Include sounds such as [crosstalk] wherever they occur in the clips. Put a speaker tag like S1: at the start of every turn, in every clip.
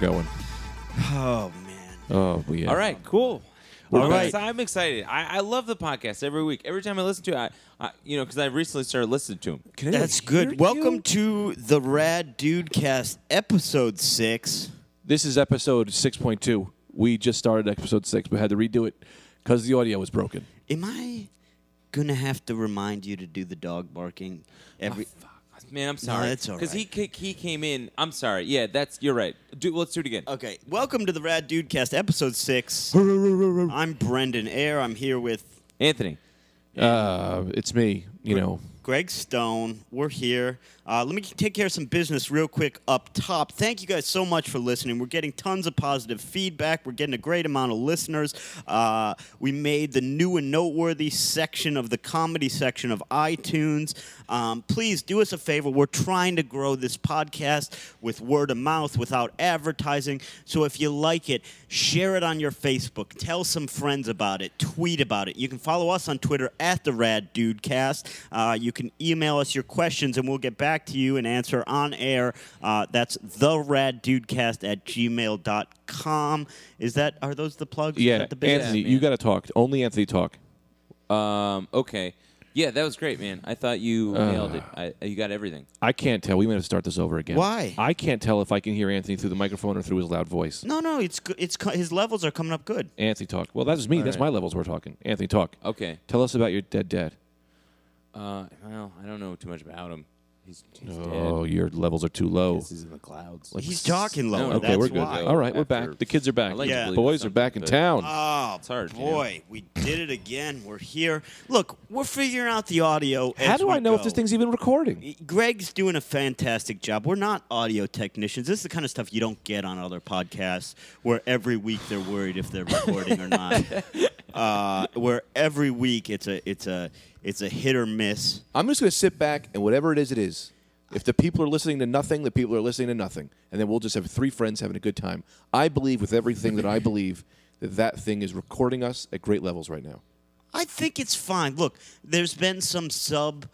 S1: going.
S2: Oh man.
S1: Oh, yeah.
S2: All right, cool.
S1: We're
S2: All right,
S1: back.
S2: so I'm excited. I, I love the podcast every week. Every time I listen to it, I, I you know, because I recently started listening to him.
S1: Can anyone
S3: That's
S1: hear
S3: good.
S1: you?
S3: Welcome to the Rad Dude Cast, episode six.
S1: This is episode 6.2. We just started episode 6, but had to redo it because the audio was broken.
S3: Am I gonna have to remind you to do the dog barking every?
S2: Man, I'm sorry.
S3: that's all
S2: Because he ca-
S3: right.
S2: he came in. I'm sorry. Yeah, that's you're right. Do let's do it again.
S3: Okay, welcome to the Rad Dude Cast, episode six. I'm Brendan Ayer. I'm here with
S2: Anthony,
S1: Uh, it's me, you know.
S3: Greg Stone. We're here. Uh, let me take care of some business real quick up top. Thank you guys so much for listening. We're getting tons of positive feedback. We're getting a great amount of listeners. Uh, we made the new and noteworthy section of the comedy section of iTunes. Um, please do us a favor. We're trying to grow this podcast with word of mouth without advertising. So if you like it, share it on your Facebook. Tell some friends about it. Tweet about it. You can follow us on Twitter at the Rad Dude Cast. Uh, you can email us your questions and we'll get back to you and answer on air. Uh, that's the Rad Dude Cast at gmail.com. Is that are those the plugs? Is
S1: Yeah,
S3: that the big-
S1: Anthony,
S2: Yeah, man.
S1: you got to talk. Only Anthony talk.
S2: um, okay, yeah, that was great, man. I thought you nailed it. I, you got everything.
S1: I can't tell. We may have to start this over again.
S3: Why?
S1: I can't tell if I can hear Anthony through the microphone or through his loud voice.
S3: No, no, it's go- it's co- his levels are coming up good.
S1: Anthony talk. Well, that's me. that's
S2: right.
S1: my levels we're talking. Anthony talk.
S2: Okay.
S1: Tell us about your dead dad.
S2: Uh, well, I don't know too much about him. He's, he's
S1: Oh,
S2: dead.
S1: your levels are too low.
S2: He's in the clouds.
S3: He's talking
S2: No,
S3: low.
S2: no,
S1: Okay,
S3: that's
S1: we're good.
S3: why.
S1: All right, we're
S2: After-
S1: back. The kids are back.
S2: I like
S3: to Yeah. believe
S1: Boys are back in
S2: something,
S1: town.
S3: Oh,
S2: hard, you know.
S3: boy, we did it again. We're here. Look, we're figuring out the audio.
S1: How
S3: as
S1: do
S3: we
S1: I know if
S3: go.
S1: this thing's even recording?
S3: Greg's doing a fantastic job. We're not audio technicians. This is the kind of stuff you don't get on other podcasts where every week they're worried if they're recording
S1: [laughs]
S3: or not. Uh, where every week it's a it's a it's a hit or miss.
S1: I'm just going to sit back and whatever it is, it is. If the people are listening to nothing, the people are listening to nothing, and then we'll just have three friends having a good time. I believe with everything that I believe that that thing is recording us at great levels right now.
S3: I think it's fine. Look, there's been some sub,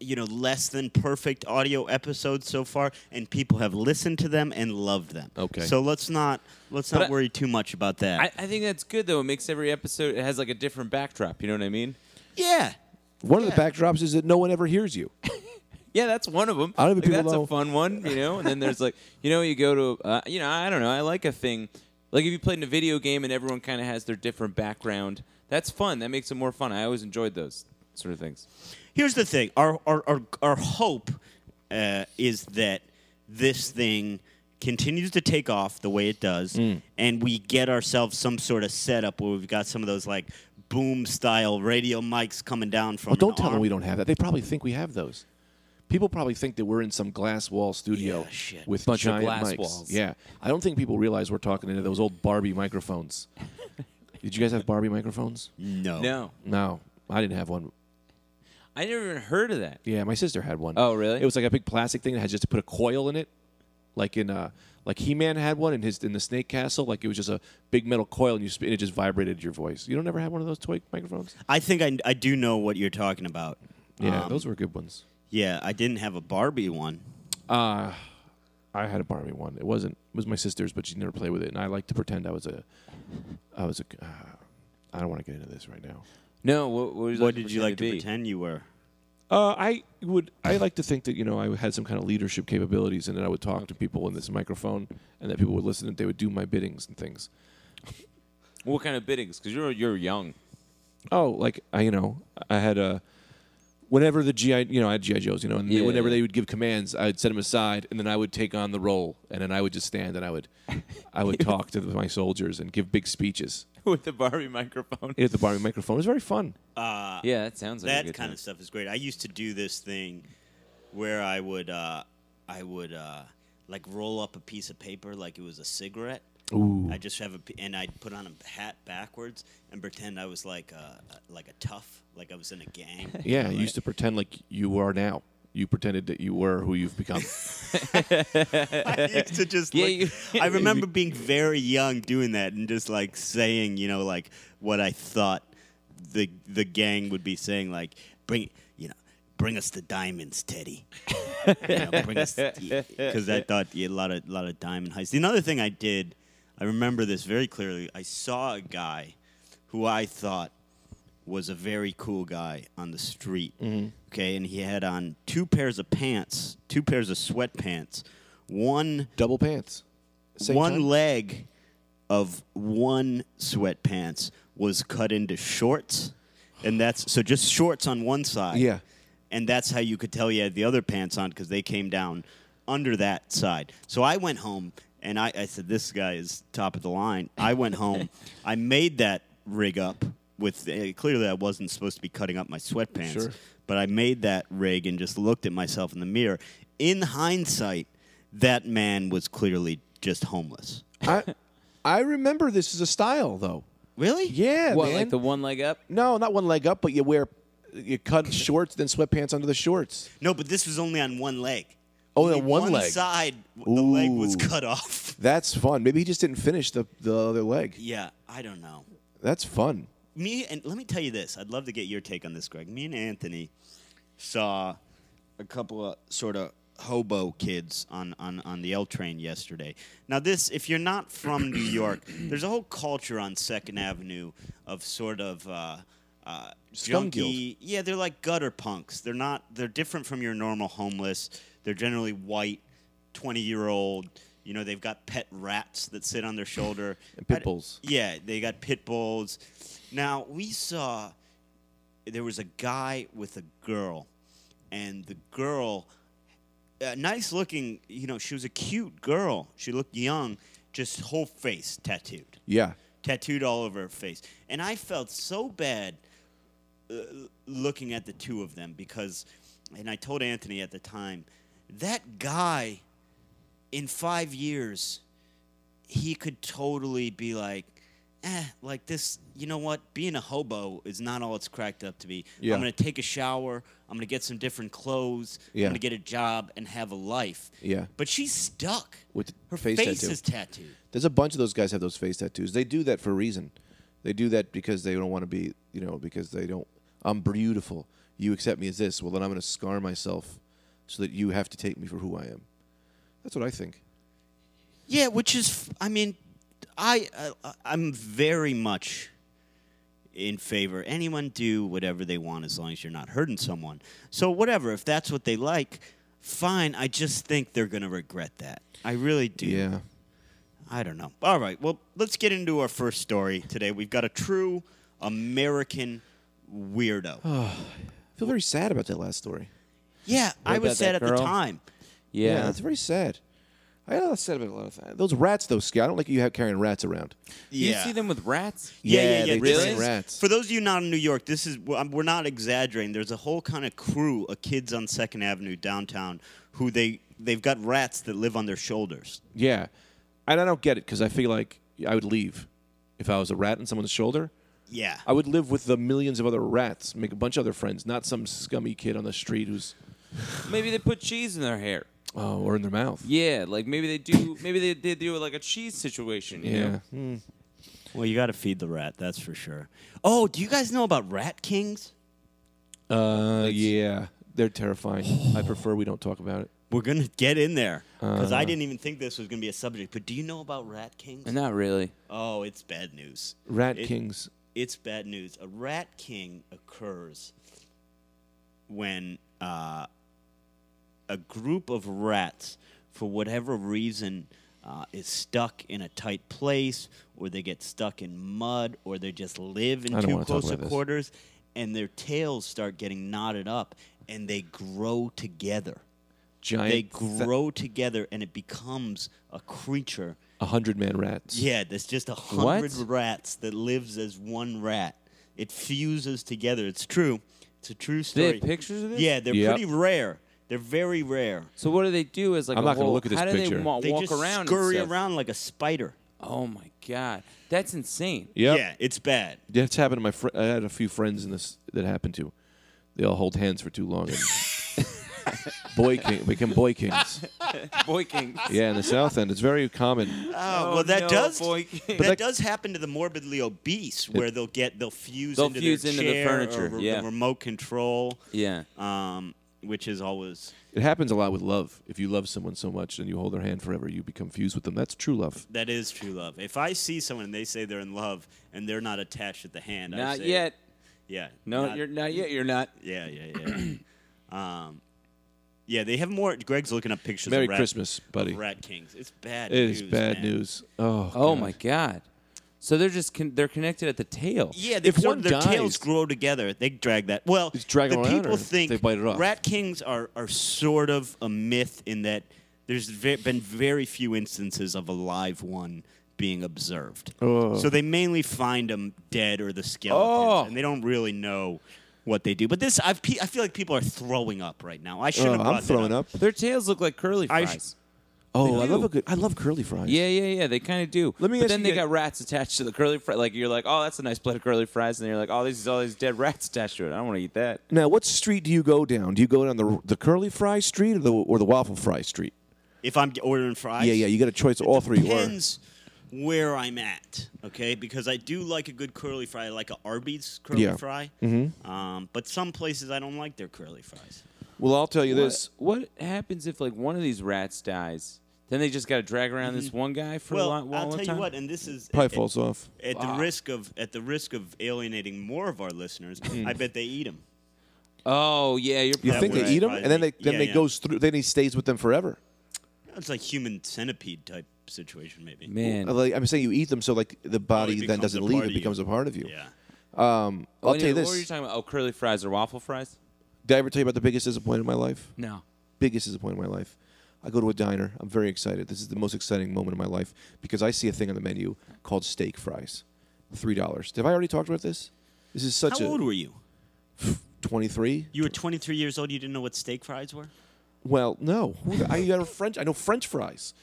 S3: you know, less than perfect audio episodes so far, and people have listened to them and loved them.
S1: Okay.
S3: So let's not let's
S2: But
S3: not
S2: I-
S3: worry too much about that.
S2: I, I think that's good though. It makes every episode. It has like a different backdrop. You know what I mean?
S3: yeah.
S1: One of the backdrops is that no one ever hears you.
S2: Yeah, that's one of them.
S1: I don't
S2: like,
S1: think people
S2: that's
S1: know.
S2: a fun one, you know. And then there's like, you know, you go to, uh, you know, I don't know. I like a thing, like if you played in a video game and everyone kind of has their different background. That's fun. That makes it more fun. I always enjoyed those sort of things.
S3: here's the thing our our our, our hope uh, is that this thing continues to take off the way it does
S1: Mm.
S3: and we get ourselves some sort of setup where we've got some of those like boom style radio mics coming down from
S1: Well,
S3: an
S1: Oh, don't tell them
S3: arm.
S1: we don't have that. They probably think we have those. People probably think that we're in some glass wall studio
S3: Yeah, shit.
S1: with
S2: Bunch of
S1: giant
S2: glass
S1: mics.
S2: walls.
S1: Yeah, I don't think people realize we're talking into those old Barbie
S3: [laughs]
S1: microphones. Did you guys have Barbie microphones?
S3: no
S2: No,
S1: No, I didn't have one.
S2: I never even heard of that.
S1: Yeah, my sister had one.
S2: Oh, really?
S1: It was like a big plastic thing that had just to put a coil in it, like in uh, like He Man had one in his in the Snake Castle. Like it was just a big metal coil, and you sp- and it just vibrated your voice. You don't ever have one of those toy microphones?
S3: i think I, I do know what you're talking about
S1: Yeah,
S3: Um,
S1: those were good ones.
S3: yeah i didn't have a barbie one
S1: Uh I had a Barbie one. It wasn't it was my sister's, but she never played with it, and I like to pretend I was a, I was a. Uh, I don't want to get into this right now.
S2: No, what, what, was
S3: what did you like to
S2: be?
S3: pretend you were
S1: Uh, I would. [laughs] I like to think that you know I had some kind of leadership capabilities, and that I would talk to people in this microphone, and that people would listen, and they would do my biddings and things.
S2: What kind of biddings? Because you're you're young. [laughs]
S1: Oh, like I, you know, I had a. Whenever the GI, you know, I had GI Joes, you know, and
S2: Yeah,
S1: whenever
S2: yeah.
S1: they would give commands, I'd set them aside, and then I would take on the role, and then I would just stand, and I would, I
S2: [laughs]
S1: would talk to my soldiers and give big speeches
S2: with the Barbie microphone.
S1: at the Barbie microphone. It was very fun.
S2: yeah, that sounds like a
S3: that
S2: good
S3: kind
S2: time.
S3: of stuff is great. I used to do this thing where I would uh, I would uh, like roll up a piece of paper like it was a cigarette.
S1: Ooh.
S3: I just have a p- and I'd put on a hat backwards and pretend I was like a, like a tough, like I was in a gang.
S1: Yeah, I used to pretend like you are now. You pretended that you were who you've
S2: [laughs]
S1: become.
S3: I used to just
S2: Yeah,
S3: look,
S2: you- [laughs]
S3: I remember being very young doing that and just like saying, you know, like what I thought the the gang would be saying, like bring you know bring us the diamonds, Teddy. Because I thought yeah, a lot of lot of diamond heists. Another thing I did, I remember this very clearly. I saw a guy who I thought was a very cool guy on the street.
S2: Mm-hmm.
S3: Okay, and he had on two pairs of pants, two pairs of sweatpants, one
S1: Double pants. Same
S3: one
S1: time?
S3: leg of one sweatpants was cut into shorts, and that's so just shorts on one side.
S1: Yeah.
S3: and that's how you could tell you had the other pants on because they came down under that side. So I went home and I, I said, "This guy is top of the line." I went
S1: [laughs]
S3: home, I made that rig up with uh, clearly I wasn't supposed to be cutting up my sweatpants,
S1: Sure.
S3: but I made that rig and just looked at myself in the mirror. In hindsight, that man was clearly just homeless.
S1: I, I remember this as a style though.
S3: Really?
S1: Yeah,
S2: What,
S1: man.
S2: like the one leg up?
S1: no, not one leg up, but you wear you cut shorts then sweatpants under the shorts.
S3: No, but this was only on one leg.
S1: Oh, on
S3: Only
S1: one leg.
S3: side, w- the leg was
S1: Ooh.
S3: cut off. [laughs]
S1: That's fun. Maybe he just didn't finish the the other leg.
S3: Yeah, I don't know.
S1: That's fun.
S3: me and let me tell you this. I'd love to get your take on this, Greg. Me and Anthony saw a couple of sort of hobo kids on, on, on the L train yesterday. Now this if you're not from
S1: [coughs]
S3: New York, there's a whole culture on Second Avenue of sort of uh, uh,
S1: Scum
S3: junky. Yeah, they're like gutter punks. They're not they're different from your normal homeless. They're generally white, twenty year old you know, they've got pet rats that sit on their shoulder.
S1: [laughs] And pit
S3: I-
S1: bulls.
S3: yeah, they got pit bulls. Now we saw there was a guy with a girl, and the girl, uh, nice looking. You know, she was a cute girl. She looked young, just whole face tattooed,
S1: Yeah.
S3: tattooed all over her face. And I felt so bad uh, looking at the two of them because, and I told Anthony at the time, that guy in five years, he could totally be like, eh, like this, you know what? Being a hobo is not all it's cracked up to be.
S1: Yeah.
S3: I'm going to take a shower. I'm going to get some different clothes.
S1: Yeah.
S3: I'm going to get a job and have a life.
S1: Yeah.
S3: But she's stuck.
S1: With
S3: Her
S1: face
S3: face,
S1: tattoo.
S3: is tattooed.
S1: There's a bunch of those guys have those face tattoos. They do that for a reason. They do that because they don't want to be, you know, because they don't. I'm beautiful. You accept me as this. Well, then I'm going to scar myself so that you have to take me for who I am. That's what I think.
S3: Yeah, which is, f- I mean, I uh, I'm very much in favor. Anyone do whatever they want as long as you're not hurting someone. So whatever, if that's what they like, fine. I just think they're gonna regret that. I really do.
S1: Yeah.
S3: I don't know. All right, well, let's get into our first story today. We've got a true American
S2: Oh.
S3: weirdo.
S1: I feel very sad about that last story.
S3: yeah, I
S2: about
S3: was
S2: that
S3: sad at the
S2: girl?
S3: time.
S2: Yeah.
S1: that's very sad. I got sad about a lot of things. Those rats, though, Scott. I don't like you have carrying rats around.
S2: You
S3: Yeah.
S2: see them with rats?
S3: Yeah, yeah, yeah.
S1: they
S3: this
S2: train
S3: is-
S1: rats.
S3: For those of you not in New York, this is we're I'm- we're not exaggerating. There's a whole kind of crew of kids on Second Avenue downtown who they they've got rats that live on their shoulders.
S1: Yeah, and I don't get it because I feel like I would leave if I was a rat on someone's shoulder.
S3: Yeah,
S1: I would live with the millions of other rats, make a bunch of other friends, not some scummy kid on the street who's
S2: Maybe they put cheese in their hair.
S1: oh, or in their mouth.
S2: Yeah, like maybe they do. Maybe they, they do like a cheese situation. You
S1: Yeah.
S2: know?
S3: well, you got to feed the rat, that's for sure. Oh, do you guys know about rat kings?
S1: Uh, yeah. They're terrifying. I prefer we don't talk about it.
S3: We're gonna get in there because I didn't even think this was gonna be a subject. But do you know about rat kings?
S2: Not really.
S3: oh, it's bad news.
S1: Rat
S3: It-
S1: kings.
S3: it's bad news. A rat king occurs when uh, a group of rats, for whatever reason, uh, is stuck in a tight place, or they get stuck in mud, or they just live in
S1: I don't
S3: too
S1: wanna talk
S3: close a
S1: about this.
S3: quarters, and their tails start getting knotted up, and they grow together.
S1: Giant.
S3: They grow together, and it becomes a creature
S1: a hundred man rats.
S3: yeah, there's just a hundred rats that lives as one rat. It fuses together. It's true. It's a true
S2: Do
S3: story.
S2: they have pictures of this?
S3: Yeah, they're
S1: Yep.
S3: pretty rare. They're very rare.
S2: So what do they do? As like
S1: I'm
S2: a
S1: not gonna
S2: whole-
S1: look at this
S2: How do
S1: picture.
S2: they wa-
S3: They
S2: walk
S3: just
S2: around? and
S3: scurry
S2: stuff?
S3: around like a spider.
S2: Oh my god, that's insane.
S1: Yep.
S3: Yeah, it's bad.
S1: Yeah, It's happened to my fr- I had a few friends in this that happened to. [laughs] They all hold hands for too long and boy king become boy kings.
S2: [laughs] Boy King.
S1: Yeah, in the South End, it's very common.
S3: Oh,
S2: Oh,
S3: well, that
S2: no,
S3: does [laughs]
S2: boy.
S3: that,
S2: But that-
S3: does happen to the morbidly obese, where they'll get they'll fuse
S2: They'll
S3: into
S2: fuse
S3: their
S2: into the
S3: chair
S2: furniture,
S3: or re-
S2: yeah.
S3: the remote control,
S2: Yeah.
S3: um, which is always
S1: It happens a lot with love. If you love someone so much and you hold their hand forever, you become fused with them. That's true love.
S3: that is true love. If I see someone and they say they're in love and they're not attached at the hand, I
S2: Not
S3: say,
S2: yet.
S3: Yeah,
S2: No, you're not yet. You're not.
S3: Yeah, yeah,
S1: [clears throat]
S3: yeah. um, yeah, they have more. Greg's looking up pictures.
S1: Merry
S3: of rat,
S1: Christmas, buddy.
S3: of Rat Kings. It's bad.
S1: It
S3: news,
S1: is bad
S3: man.
S1: news. Oh,
S2: Oh
S1: God.
S2: my God. So they're just con- they're connected at the tail.
S3: Yeah, they
S1: If
S3: sort
S1: one
S3: of- their tails
S1: dies-
S3: grow together. They drag that. Well,
S1: Just drag
S3: the
S1: them around,
S3: people
S1: or
S3: think
S1: they bite it off?
S3: rat kings are, are sort of a myth in that there's ve- been very few instances of a live one being observed.
S1: Oh.
S3: So they mainly find them dead or the
S2: Oh.
S3: skeletons, and they don't really know what they do. But this, I've, pe- I feel like people are throwing up right now. I should
S1: Oh,
S3: have.
S1: I'm throwing up.
S2: Their tails look like curly
S3: I sh-
S2: fries.
S1: Oh, I
S2: do.
S1: love a good. I love curly fries.
S2: Yeah, yeah, yeah. They kind of do.
S1: Let me
S2: but
S1: ask
S2: then
S1: you
S2: they
S1: a-
S2: got rats attached to the curly fries. Like you're like, oh, that's a nice plate of curly fries, and then you're like, oh, this is all these dead rats attached to it. I don't want to eat that.
S1: Now, what street do you go down? Do you go down the the curly fry street or the or the waffle fry street?
S3: If I'm ordering fries,
S1: Yeah, yeah. You got a choice of all three. Or
S3: depends where I'm at. Okay, because I do like a good curly fry, I like a Arby's curly
S1: Yeah. Mm-hmm.
S3: fry. Um, but some places I don't like their curly fries.
S1: well, I'll tell you this.
S2: What happens if like one of these rats dies? Then they just got to drag around this one guy for
S3: Mm-hmm. Well,
S2: a lot.
S3: I'll
S2: long
S3: tell
S2: time?
S3: you what, and this is
S1: Probably
S3: at,
S1: falls off.
S3: at the risk of at the risk of alienating more of our listeners.
S1: Mm.
S3: I bet they eat them.
S2: Oh yeah, you're.
S1: You
S2: Probably
S1: think e-
S3: would
S1: they eat them,
S3: surprise
S1: and then
S3: me.
S1: they then
S3: Yeah,
S1: they
S3: yeah.
S1: goes through. Then he stays with them forever.
S3: It's like human centipede type situation, maybe.
S2: man?
S1: Like, I'm saying you eat them, so like the body then
S3: Oh, becomes
S1: doesn't
S3: a
S1: leave;
S3: part
S1: it
S3: of you.
S1: becomes a part of you.
S3: Yeah.
S1: Um, I'll
S2: Wait,
S1: tell you
S2: what were you
S1: this.
S2: talking about? Oh, curly fries or waffle fries?
S1: Did I ever tell you about the biggest disappointment in my life?
S2: No.
S1: Biggest disappointment in my life. I go to a diner. I'm very excited. This is the most exciting moment of my life because I see a thing on the menu called steak fries, three dollars. Have I already talked about this? This is such
S3: How old
S1: a
S3: were you?
S1: twenty-three.
S3: You were 23 years old. You didn't know what steak fries were.
S1: Well, no. Who the- I got a French. I know French fries.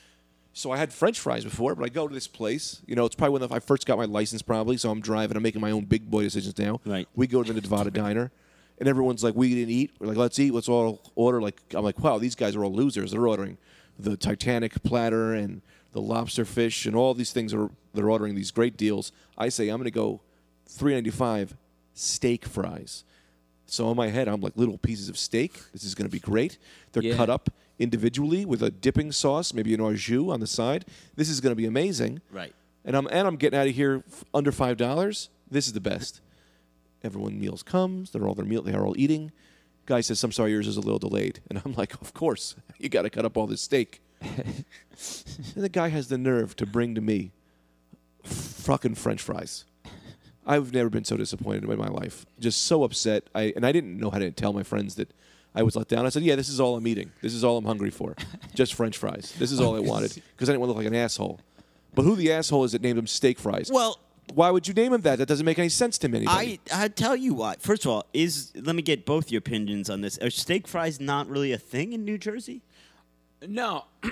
S1: So I had French fries before, but I go to this place. You know, it's probably when I first got my license, probably. So I'm driving. I'm making my own big boy decisions now.
S3: Right.
S1: We go to the Nevada Diner, and everyone's like, "We didn't eat." We're like, "Let's eat. Let's all order." Like, I'm like, "Wow, these guys are all losers. They're ordering the Titanic platter and the lobster fish and all these things are they're ordering these great deals." I say, "I'm going to go 3.95 steak fries." So in my head, I'm like little pieces of steak. This is going to be great. They're
S2: Yeah.
S1: cut up individually with a dipping sauce, maybe an au jus on the side. This is going to be amazing.
S3: Right.
S1: And I'm and I'm getting out of here f- under five dollars. This is the best. Everyone meals comes. They're all their meal. They are all eating. Guy says, "I'm sorry, yours is a little delayed." And I'm like, "Of course, [laughs] you got to cut up all this
S3: [laughs]
S1: steak." and the guy has the nerve to bring to me fucking French fries. I've never been so disappointed in my life. Just so upset. I and I didn't know how to tell my friends that I was let down. I said, "Yeah, this is all I'm eating. This is all I'm hungry for. Just French fries. This is all I wanted
S3: [laughs]
S1: because I didn't want to look like an asshole." But who the asshole is that named him steak fries?
S3: Well,
S1: why would you name him that? That doesn't make any sense to me.
S3: I I tell you what. First of all, is let me get both your opinions on this. Are steak fries not really a thing in New Jersey?
S2: No, [clears throat]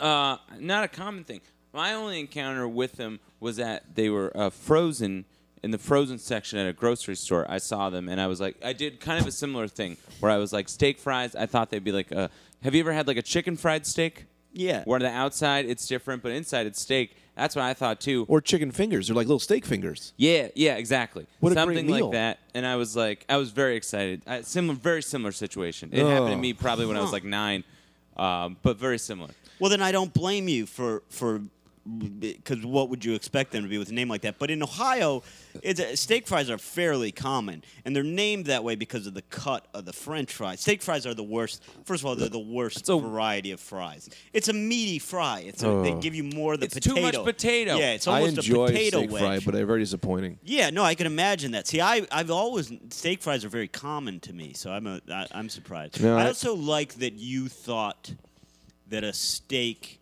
S2: uh, not a common thing. My only encounter with them was that they were uh, frozen in the frozen section at a grocery store. I saw them and I was like, I did kind of a similar thing where I was like, steak fries. I thought they'd be like, uh, have you ever had like a chicken fried steak?
S3: Yeah.
S2: Where the outside it's different, but inside it's steak. That's what I thought too.
S1: or chicken fingers. They're like little steak fingers.
S2: Yeah, yeah, exactly.
S1: What a great
S2: Something
S1: meal.
S2: like that. And I was like, I was very excited. I, similar, very similar situation. It happened to
S1: Oh.
S2: me probably when I was like nine, um, but very similar.
S3: Well, then I don't blame you for for because what would you expect them to be with a name like that? But in Ohio, it's a, steak fries are fairly common, and they're named that way because of the cut of the French fries. Steak fries are the worst. First of all, they're the worst
S2: a-
S3: variety of fries. It's a meaty fry. It's a, they give you more of the
S2: Oh. It's too
S3: potato.
S2: much potato.
S3: Yeah, it's
S1: I
S3: almost
S1: enjoy
S3: a potato
S1: steak
S3: wedge.
S1: fry, but they're very disappointing.
S3: Yeah, no, I can imagine that. See, I, I've always steak fries are very common to me, so I'm a, I, I'm surprised.
S1: No,
S3: I
S1: I-
S3: also like that you thought that a steak,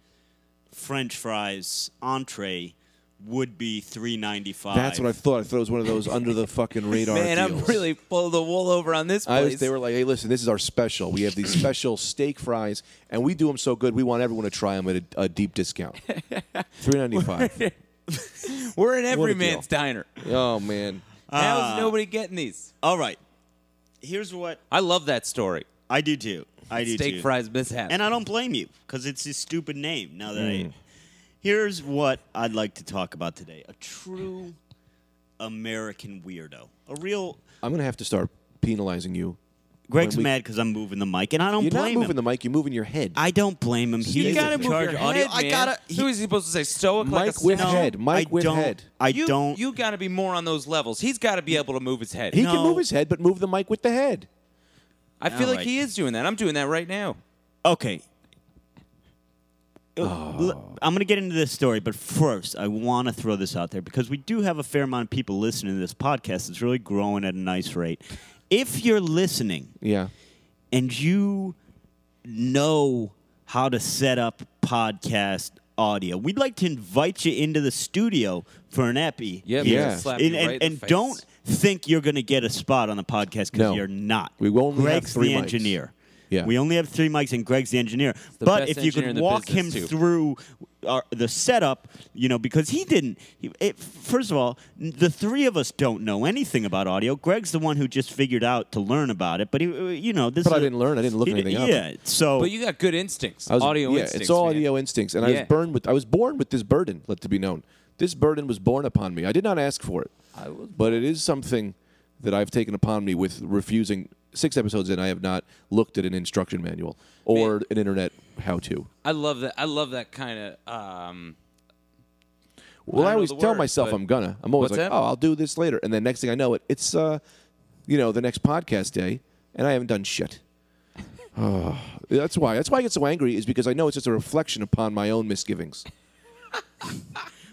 S3: French fries entree would be three ninety five.
S1: That's what I thought. I thought it was one of those under
S3: [laughs]
S1: the fucking radar.
S2: Man, I'm
S1: deals.
S2: really pull the wool over on this place.
S1: I was, they were like, "Hey, listen, this is our special. We have these
S3: [clears throat]
S1: special steak fries, and we do them so good. We want everyone to try them at a, a deep
S3: [laughs]
S1: discount, three ninety five.
S2: We're in
S1: What
S2: every
S1: a deal.
S2: man's diner.
S1: Oh man,
S2: How's nobody getting these?
S3: All right, here's what
S2: I love that story.
S3: I do too. I do
S2: steak
S3: too.
S2: fries mishap.
S3: And I don't blame you because it's his stupid name. Now that
S1: Mm.
S3: I, here's what I'd like to talk about today: a true American weirdo, a real.
S1: I'm going to have to start penalizing you.
S3: Greg's
S1: When we-
S3: mad because I'm moving the mic, and I don't
S1: You're not
S3: blame
S1: moving
S3: him.
S1: the mic. You're moving your head.
S3: I don't blame him. He
S2: you
S3: is
S2: gotta
S3: in
S2: move your
S3: charge
S2: head,
S3: of audio. I
S2: man.
S3: gotta. he-
S2: Who is he supposed to say? Stoic like
S1: Mike
S2: a
S1: with
S2: statue?
S1: head. Mike
S3: I
S1: with
S3: don't,
S1: head.
S3: I
S2: you,
S3: don't.
S2: You got to be more on those levels. He's got to be able to move his head.
S1: he can
S3: No.
S1: move his head, but move the mic with the head.
S2: I feel like
S3: Alright.
S2: he is doing that. I'm doing that right now.
S3: Okay.
S1: Oh.
S3: L- I'm going to get into this story, but first, I want to throw this out there because we do have a fair amount of people listening to this podcast. It's really growing at a nice rate. If you're listening
S1: Yeah.
S3: and you know how to set up podcast audio, we'd like to invite you into the studio for an epi.
S2: Yeah,
S1: Yeah.
S2: man, slap
S3: And,
S2: you
S3: and,
S2: right in the
S3: and
S2: face.
S3: don't think you're going to get a spot on the podcast because
S1: No.
S3: you're not.
S1: We only have
S3: Greg's
S1: three
S3: the
S1: mics.
S3: engineer.
S1: Yeah.
S3: We only have three mics, and Greg's the engineer.
S2: the
S3: but
S2: best
S3: if you
S2: engineer in
S3: could
S2: the
S3: walk him
S2: business, too.
S3: through our, the setup, you know, because he didn't. He, it, first of all, n- the three of us don't know anything about audio. Greg's the one who just figured out to learn about it. But he, uh, you know, this.
S1: But
S3: is
S1: I
S3: a-
S1: didn't learn. I didn't look
S3: he-
S1: anything up.
S3: Yeah. So
S2: But you got good instincts.
S1: Oh. I was,
S2: audio
S1: yeah,
S2: instincts.
S1: It's all
S2: man.
S1: audio instincts, and I
S2: Yeah.
S1: was born with I was born with this burden. Let to be known, this burden was born upon me. I did not ask for it, I was but it is something that I've taken upon me with refusing. Six episodes in, I have not looked at an instruction manual or an internet how-to.
S2: I love that. I love that kind of. Um,
S1: Well, I,
S2: I don't
S1: always
S2: know the
S1: tell
S2: word,
S1: myself
S2: but-
S1: I'm gonna. I'm always
S2: What's
S1: like,
S2: that?
S1: oh, I'll do this later, and then next thing I know, it it's uh, you know, the next podcast day, and I haven't done shit. [sighs] Oh, that's why. That's why I get so angry is because I know it's just a reflection upon my own misgivings.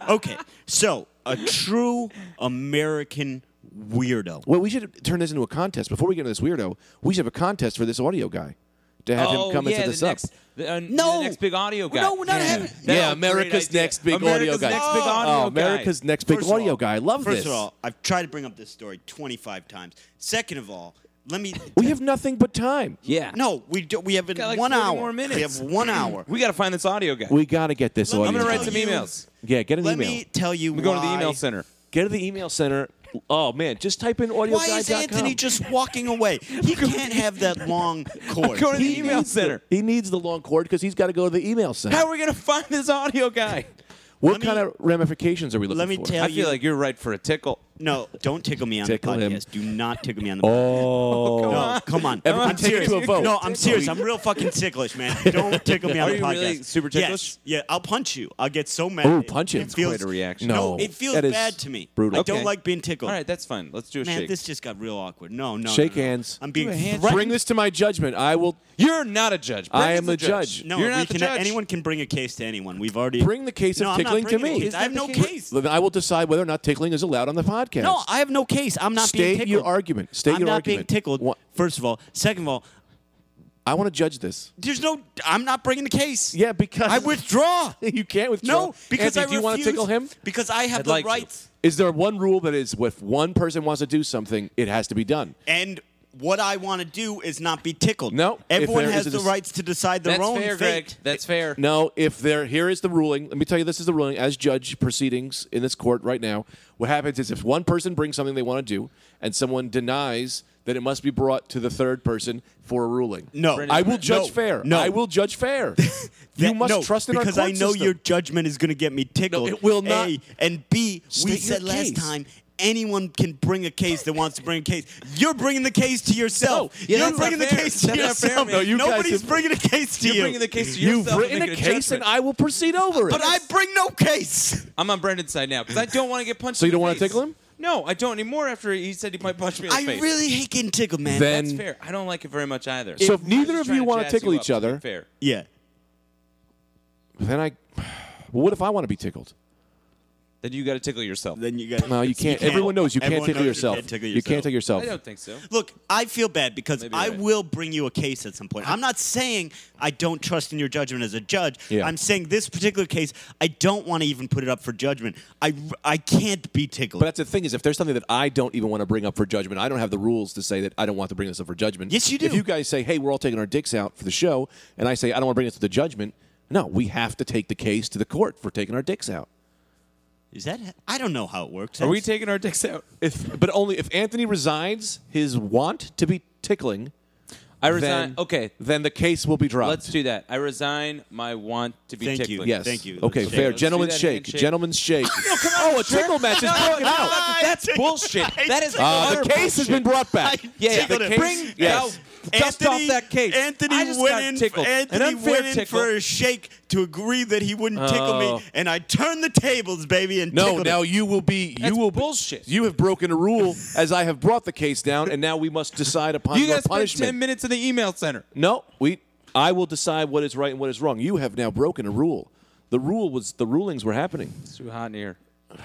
S3: okay. So a true American weirdo.
S1: Well, we should turn this into a contest. Before we get into this weirdo, we should have a contest for this audio guy to have
S2: oh
S1: him come
S2: yeah,
S1: into this
S2: the
S1: up.
S2: next, the, uh,
S3: No.
S2: the next big audio guy.
S3: No, we're not having-
S2: That's
S3: Yeah,
S2: a great idea. America's Next big audio
S1: oh, America's
S2: guy.
S1: next big
S3: First of
S1: audio
S3: all-
S1: guy. I love
S3: first
S1: this.
S3: of all, I've tried to bring up this story 25 times. Second of all, let me.
S1: we have nothing but time.
S2: Yeah.
S3: No, we do, we have in
S2: Got like
S3: one
S2: 40
S3: hour.
S2: more minutes.
S3: We have [clears throat] one hour.
S2: We got to find this audio guy.
S1: We got to get this
S3: Let me-
S1: audio.
S2: I'm gonna write
S1: guy.
S2: some
S3: you-
S2: emails.
S1: Yeah, get an
S3: Let
S1: email.
S3: me tell you.
S2: We're going e- to the
S3: why-
S2: email center.
S1: Get to the email center. Oh man, just type in audio
S3: Why is Anthony just walking away? He can't have that [laughs] long cord.
S2: Go to the
S3: He-
S2: email center.
S1: He needs the long cord because he's got to go to the email center.
S2: How are we going to find this
S1: [laughs]
S2: audio guy?
S1: what
S3: me-
S1: kind of ramifications are we looking
S3: me
S1: for?
S3: tell-
S2: I feel like you're right for a tickle.
S3: No, don't tickle me on
S1: Tickle
S3: the
S1: him.
S3: podcast. Do not tickle me on the
S1: oh,
S3: podcast. No, come on.
S1: Everyone
S3: I'm
S1: take it
S3: serious.
S1: to a vote.
S3: No, I'm serious. I'm real fucking ticklish,
S1: [laughs]
S3: man. Don't tickle me on
S2: Are
S3: the
S2: you
S3: podcast.
S2: really super ticklish?
S3: Yes. Yeah, I'll punch you. I'll get so mad.
S1: Ooh, punch him.
S3: It feels,
S2: Quite a reaction.
S3: No,
S1: No,
S3: it feels
S1: that is
S3: bad to me.
S1: brutal.
S3: I don't
S2: Okay.
S3: like being tickled.
S2: All right, that's fine. Let's do a
S3: Man,
S2: shake.
S3: this just got real awkward. No, no.
S1: Shake
S3: no, no.
S1: hands.
S3: I'm being
S2: Do a handshake.
S3: threatened.
S1: Bring this to my judgment. I will
S2: You're not a judge.
S1: I
S2: Brendan's
S1: am
S2: the
S1: a judge.
S3: No,
S2: You're
S3: we
S2: not the
S3: can,
S2: judge.
S3: anyone can bring a case to anyone. We've already
S1: bring the case of
S3: No, I'm not
S1: tickling to
S3: bringing a
S1: me.
S3: case. I have no
S2: Isn't that the
S3: case.
S1: Then I will decide whether or not tickling is allowed on the podcast.
S3: No, I have no case. I'm not being
S1: State
S3: tickled.
S1: your argument. State
S3: I'm
S1: your
S3: not being
S1: argument.
S3: tickled.
S1: Wha-
S3: First of all, second of all,
S1: I want to judge this.
S3: there's no. I'm not bringing the case.
S1: Yeah, because
S3: I [laughs] withdraw.
S1: you can't withdraw.
S3: No, because
S1: Anthony,
S3: I
S1: do you want to
S3: refuse-
S1: tickle him?
S3: Because I have
S2: I'd
S3: the
S2: like to.
S3: rights.
S1: Is there one rule that is if one person wants to do something, it has to be done?
S3: And what I want to do is not be tickled.
S1: No, if
S3: everyone
S1: there
S3: has
S1: is
S3: the
S1: a-
S3: rights to decide their
S2: That's
S3: own
S2: fair,
S3: fate.
S2: Greg. That's fair.
S1: No, if there here is the ruling. Let me tell you this is the ruling as judge proceedings in this court right now. What happens is if one person brings something they want to do and someone denies that it must be brought to the third person for a ruling.
S3: No. Brendan,
S1: I will judge
S3: no,
S1: fair.
S3: no.
S1: I will judge
S3: [laughs]
S1: fair. you
S3: That-
S1: must
S3: no,
S1: trust in our
S3: because
S1: court
S3: I know
S1: system.
S3: your judgment is going to get me tickled.
S1: No, it will not.
S3: A and B. we
S1: State your
S3: said last
S1: case.
S3: time. Anyone can bring a case that wants to bring a case. You're bringing the case to yourself.
S1: No, yeah,
S3: You're
S1: that's not
S3: bringing the
S2: fair.
S3: case to
S2: That's not fair,
S3: yourself.
S2: man. No,
S1: you guys
S3: Nobody's
S1: have-
S3: bringing a case to
S2: You're
S3: you.
S2: bringing the case to
S1: You've
S2: yourself and
S1: written a
S2: making a
S1: case, and
S2: judgment.
S1: I will proceed over it.
S3: But I bring no case.
S2: I'm on Brendan's side now because I don't want to get punched.
S1: So you
S2: in the
S1: don't wanna
S2: face.
S1: tickle him?
S2: No, I don't anymore. After he said he might punch me in the
S3: I
S2: face.
S3: really hate getting tickled, man.
S1: Then-
S2: That's fair. I don't like it very much either.
S1: So if
S2: I'm
S1: neither
S2: just
S1: of
S2: trying
S1: you wanna
S2: jazz
S1: tickle
S2: up
S1: each
S2: to be
S1: other-
S2: fair.
S3: yeah.
S1: then I. [sighs] Well, what if I want to be tickled?
S2: Then you got to tickle yourself.
S3: Then you got
S1: No, you can't. Everyone knows you can't
S3: Everyone
S1: tickle
S3: knows
S1: yourself.
S3: You can't tickle
S1: You can't tickle yourself.
S2: I don't think so.
S3: Look, I feel bad because
S2: Maybe you're
S3: I
S2: right.
S3: will bring you a case at some point. I'm not saying I don't trust in your judgment as a judge.
S1: Yeah.
S3: I'm saying this particular case, I don't want to even put it up for judgment. I, I can't be tickled.
S1: But that's the thing is, if there's something that I don't even want to bring up for judgment, I don't have the rules to say that I don't want to bring this up for judgment.
S3: Yes, you do.
S1: If you guys say, "Hey, we're all taking our dicks out for the show," and I say, "I don't want to bring this to the judgment," no, we have to take the case to the court for taking our dicks out.
S3: Is that? I don't know how it works.
S2: Are we
S3: That's-
S2: taking our dicks out?
S1: If, but only if Anthony resigns his want to be tickling
S2: I resign. okay,
S1: Then the case will be dropped.
S2: let's do that. I resign my want to be
S3: Thank you.
S2: tickling.
S1: Yes.
S3: Thank you.
S1: Okay,
S3: Let's
S1: fair.
S2: shake.
S1: Gentlemen's
S2: Let's do that
S1: shake.
S2: handshake.
S1: Gentlemen's [laughs] shake. oh, a tickle match is
S2: No,
S1: broken
S2: no,
S1: out.
S2: no, that's
S3: [laughs]
S2: bullshit. That is
S1: Uh,
S2: utter
S1: the case has been brought
S3: I
S1: [laughs] back.
S2: Yeah, yeah,
S3: tickled
S2: the
S3: him.
S2: case- Bring- yes. Dust off that case.
S3: Anthony
S2: I just
S3: went
S2: got
S3: in.
S2: tickled. An
S3: Anthony
S2: unfair
S3: went in
S2: tickle.
S3: for a shake to agree that he wouldn't tickle
S2: Oh.
S3: me, and I turned the tables, baby, and
S1: No,
S2: [laughs]
S3: tickled him.
S1: now you will be. You
S2: That's
S1: will be-
S2: bullshit.
S1: you have broken a rule as I have brought the case down, and now we must decide upon
S2: You
S1: your
S2: guys spent
S1: punishment.
S2: ten minutes in the email center.
S1: No, we. I will decide what is right and what is wrong. You have now broken a rule. The rule was the rulings were happening.
S2: It's too hot in here.